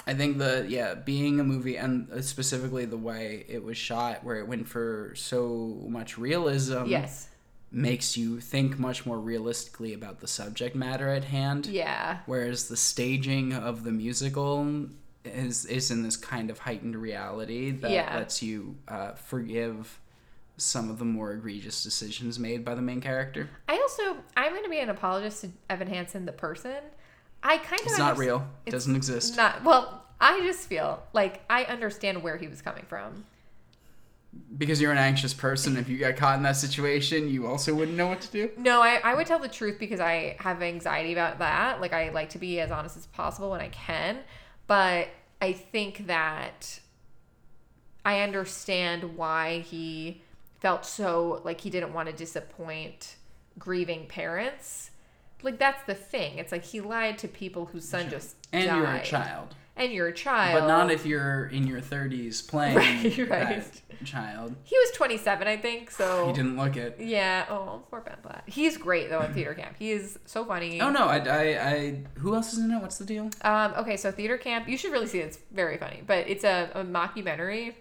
C: I think the yeah, being a movie and uh, specifically the way it was shot, where it went for so much realism,
B: yes.
C: makes you think much more realistically about the subject matter at hand.
B: Yeah.
C: Whereas the staging of the musical is is in this kind of heightened reality that
B: Yeah.
C: lets you uh, forgive some of the more egregious decisions made by the main character.
B: I also, I'm going to be an apologist to Evan Hansen, the person. I kind of.
C: It's not
B: underst-
C: real.
B: it's
C: doesn't exist.
B: Not, well, I just feel like I understand where he was coming from.
C: because you're an anxious person, if you got caught in that situation, you also wouldn't know what to do.
B: No, I, I would tell the truth because I have anxiety about that. Like, I like to be as honest as possible when I can. But I think that I understand why he felt so like he didn't want to disappoint grieving parents. Like, that's the thing. It's like he lied to people whose son just
C: And
B: died.
C: you're a child.
B: and you're a child.
C: But not if you're in your 30s playing
B: [laughs] Right, right.
C: that child.
B: he was 27, I think. So
C: He didn't look it.
B: Yeah. Oh, poor Ben Platt. He's great though in theater camp. He is so funny.
C: Oh no, I, I, I. Who else is in it? What's the deal?
B: Um, okay, so theater camp. You should really see it. It's very funny, but it's a, a mockumentary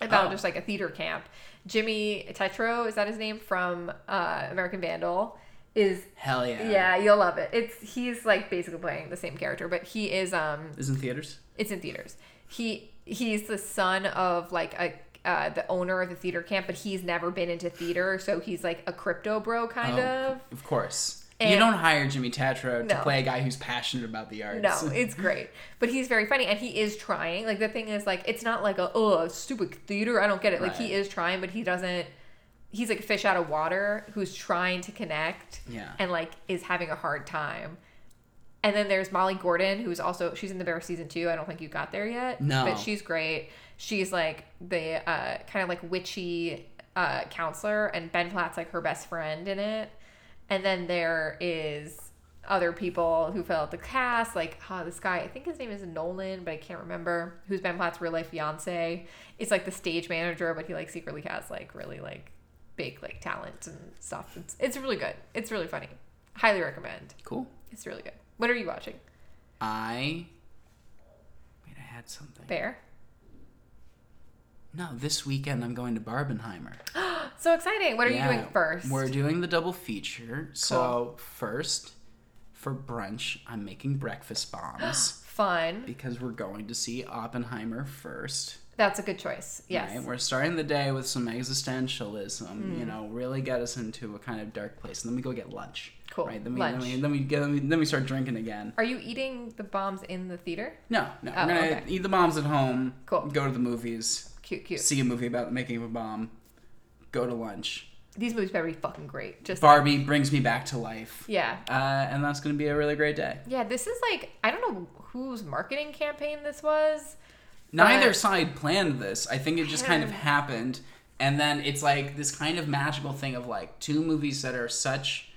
B: about
C: Oh.
B: just like a theater camp. Jimmy Tetro is that his name from uh, American Vandal? Is
C: Hell yeah.
B: yeah, you'll love it. It's he's like basically playing the same character, but he is um
C: Is in theaters.
B: it's in theaters. He he's the son of like a uh, the owner of the theater camp, but he's never been into theater, so he's like a crypto bro kind
C: Oh,
B: of.
C: Of course. you
B: And-
C: don't hire Jimmy Tatro to
B: No.
C: play a guy who's passionate about the arts. [laughs]
B: No, it's great. But he's very funny and he is trying. Like the thing is like it's not like a oh stupid theater. I don't get it. Like
C: Right.
B: he is trying, but he doesn't he's like a fish out of water who's trying to connect
C: Yeah.
B: and like is having a hard time. And then there's Molly Gordon, who's also she's in the Bear season two. I don't think you got there yet.
C: No.
B: But she's great. She's like the uh, kind of like witchy uh, counselor, and Ben Platt's like her best friend in it. And then there is other people who fill out the cast, like huh, this guy. I think his name is Nolan, but I can't remember. Who's Ben Platt's real life fiance? It's like the stage manager, but he like secretly has like really like big like talent and stuff. It's it's really good. It's really funny. Highly recommend.
C: cool.
B: It's really good. What are you watching?
C: I. Wait, I had something.
B: Bear.
C: No, this weekend I'm going
B: [gasps]
C: to Barbenheimer.
B: So exciting. What are
C: Yeah,
B: you doing 1st
C: We're doing the double feature. So first, for brunch, I'm making breakfast
B: [gasps]
C: bombs [gasps]
B: Fun.
C: because we're going to see Oppenheimer first.
B: That's a good choice. Yes. Hmm.
C: Right? We're starting the day with some existentialism, you know, really get us into a kind of dark place. And then we go get lunch.
B: Cool.
C: Right? Then we,
B: Lunch.
C: Then we, then we, get, then we, then we start drinking again.
B: Are you eating the bombs in the theater?
C: No, no. I'm
B: Oh,
C: going to
B: okay.
C: eat the bombs at home.
B: Cool.
C: Go to the movies.
B: Cute, cute.
C: See a movie about the making of a bomb. Go to lunch.
B: These movies better be fucking great. Just
C: Barbie brings me back to life.
B: yeah.
C: Uh, and that's going to be a really great day.
B: Yeah, this is like I don't know whose marketing campaign this was.
C: Neither
B: But-
C: side planned this. I think it
B: [laughs]
C: just kind of happened. And then it's like this kind of magical thing of like two movies that are such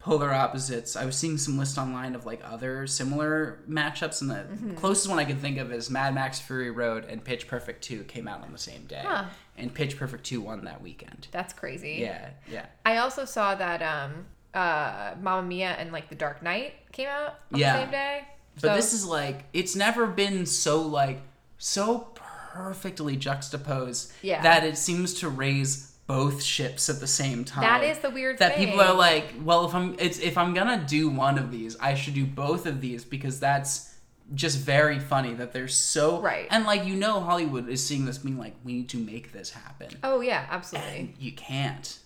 C: polar opposites. I was seeing some list online of like other similar matchups, and the
B: Mm-hmm.
C: closest one I could think of is Mad Max Fury Road and Pitch Perfect 2 came out on the same day.
B: Huh.
C: And Pitch Perfect 2 won that weekend.
B: That's crazy.
C: Yeah, yeah.
B: I also saw that um uh Mamma Mia and like The Dark Knight came out on
C: Yeah.
B: the same day.
C: But
B: So-
C: this is like it's never been so like so perfectly juxtaposed
B: Yeah.
C: that it seems to raise both ships at the same time.
B: That is the weird
C: that
B: thing.
C: people are like, well, if I'm it's if I'm gonna do one of these, I should do both of these because that's just very funny that they're so
B: Right.
C: And like you know, Hollywood is seeing this being like, we need to make this happen.
B: Oh yeah, absolutely.
C: And you can't.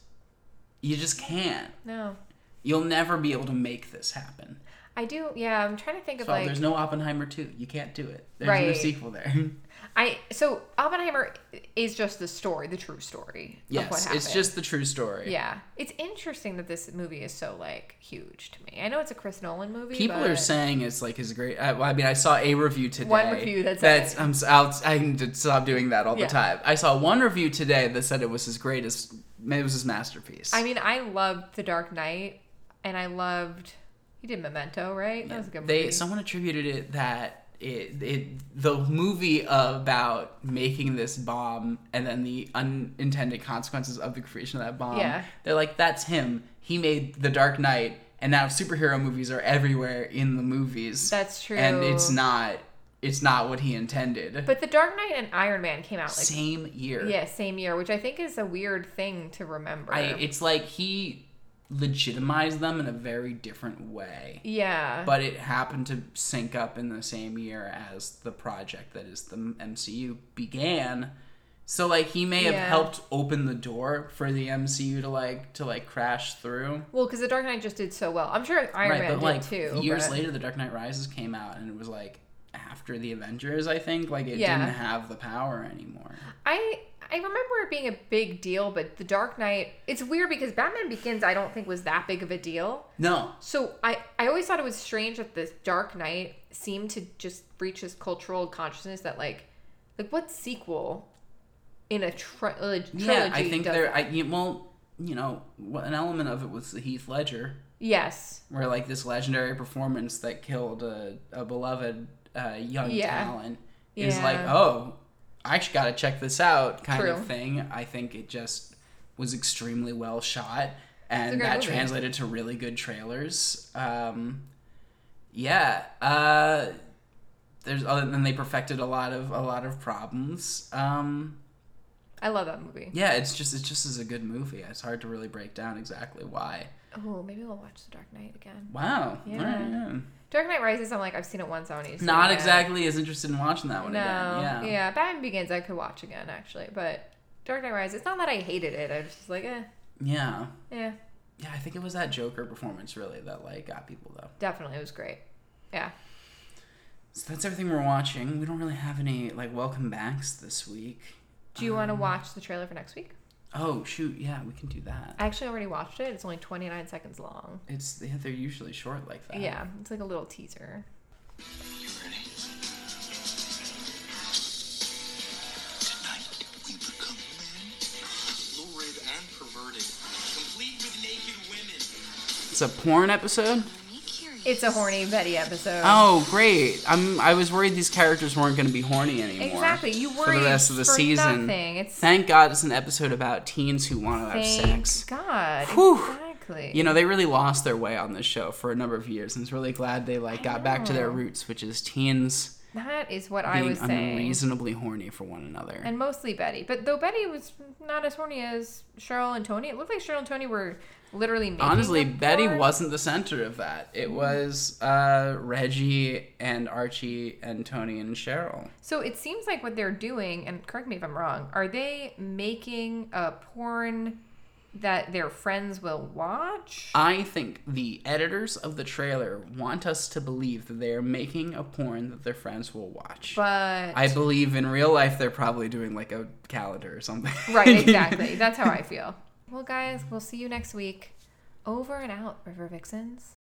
C: You just can't.
B: No.
C: You'll never be able to make this happen.
B: I do yeah, I'm trying to think of
C: So
B: like
C: Oh, there's no Oppenheimer 2. You can't do it. There's no
B: Right.
C: sequel there.
B: I so Oppenheimer is just the story, the true story of what
C: [laughs] yes,
B: happened.
C: it's just the true story.
B: yeah. It's interesting that this movie is so like huge to me. I know it's a Chris Nolan movie.
C: People
B: but
C: are saying it's like his great. I, well, I mean, I saw a review today.
B: One review that said
C: that's I'm s- out. I need to stop doing that all
B: Yeah.
C: the time. I saw one review today that said it was his greatest. It was his masterpiece.
B: I mean, I loved The Dark Knight, and I loved he did Memento, right? That was a good movie.
C: they someone attributed it that it, it the movie about making this bomb and then the unintended consequences of the creation of that bomb.
B: Yeah.
C: They're like, that's him. He made The Dark Knight, and now superhero movies are everywhere in the movies.
B: That's true.
C: And it's not it's not what he intended.
B: but The Dark Knight and Iron Man came out like
C: Same year.
B: yeah, same year, which I think is a weird thing to remember.
C: I, it's like he legitimized them in a very different way.
B: yeah.
C: but it happened to sync up in the same year as the project that is the MCU began. So like he may have
B: Yeah.
C: helped open the door for the MCU to like to like crash through.
B: well, because The Dark Knight just did so well. I'm sure Iron Man
C: but
B: did
C: like
B: too.
C: years
B: but-
C: later, The Dark Knight Rises came out, and it was like after the Avengers, I think. Like it
B: Yeah.
C: didn't have the power anymore.
B: I I remember it being a big deal, but The Dark Knight. It's weird because Batman Begins I don't think was that big of a deal.
C: No,
B: So I I always thought it was strange that The Dark Knight seemed to just reach this cultural consciousness that like like what sequel in a tri- uh, trilogy?
C: yeah, I think
B: does-
C: there. I you- well, you know, what- an element of it was the Heath Ledger.
B: Yes.
C: where like this legendary performance that killed a, a beloved uh, young
B: Yeah.
C: talent is
B: Yeah.
C: like, oh, I actually got to check this out kind
B: True.
C: of thing. I think it just was extremely well shot, and
B: great
C: that
B: movie.
C: translated to really good trailers. Um, yeah, uh, there's other than they perfected a lot of a lot of problems. Um,
B: I love that movie.
C: yeah, it's just it just is a good movie. It's hard to really break down exactly why.
B: Oh, maybe we'll watch The Dark Knight again.
C: Wow,
B: Yeah.
C: Alright, yeah.
B: Dark Knight Rises. I'm like, I've seen it once. I want to see it
C: not
B: again.
C: exactly as interested in watching that one
B: No. Yeah.
C: again. Yeah,
B: Batman Begins. I could watch again actually, but Dark Knight Rises. It's not that I hated it. I was just like, eh,
C: yeah.
B: yeah.
C: Yeah, I think it was that Joker performance really that like got people though.
B: Definitely, it was great. Yeah.
C: So that's everything we're watching. We don't really have any like welcome backs this week.
B: Do you
C: Um,
B: want to watch the trailer for next week?
C: Oh shoot, yeah, we can do that.
B: I actually already watched it. It's only 29 seconds long.
C: It's yeah, they're usually short like that.
B: Yeah, it's like a little teaser.
D: You ready? Tonight, we become men. Lurid and perverted. Complete with naked women.
C: It's a porn episode.
B: It's a horny Betty episode.
C: Oh great! I'm I was worried these characters weren't going to be horny anymore.
B: exactly. You worried
C: for the rest of the
B: for
C: season.
B: Nothing. It's
C: Thank God it's an episode about teens who want to have
B: thank
C: sex.
B: God.
C: Whew.
B: Exactly.
C: You know, they really lost their way on this show for a number of years, and it's really glad they like got back to their
B: know.
C: roots, which is teens.
B: that is what I
C: being
B: was saying.
C: unreasonably horny for one another.
B: And mostly Betty. But though Betty was not as horny as Cheryl and Tony, it looked like Cheryl and Tony were literally making
C: Honestly,
B: them
C: Betty
B: porn.
C: wasn't the center of that.
B: Mm-hmm.
C: It was uh, Reggie and Archie and Tony and Cheryl.
B: So it seems like what they're doing, and correct me if I'm wrong, are they making a porn that their friends will watch?
C: I think the editors of the trailer want us to believe that they are making a porn that their friends will watch.
B: But
C: I believe in real life they're probably doing like a calendar or something. [laughs]
B: right, exactly. That's how I feel. Well, guys, we'll see you next week. Over and out, River Vixens.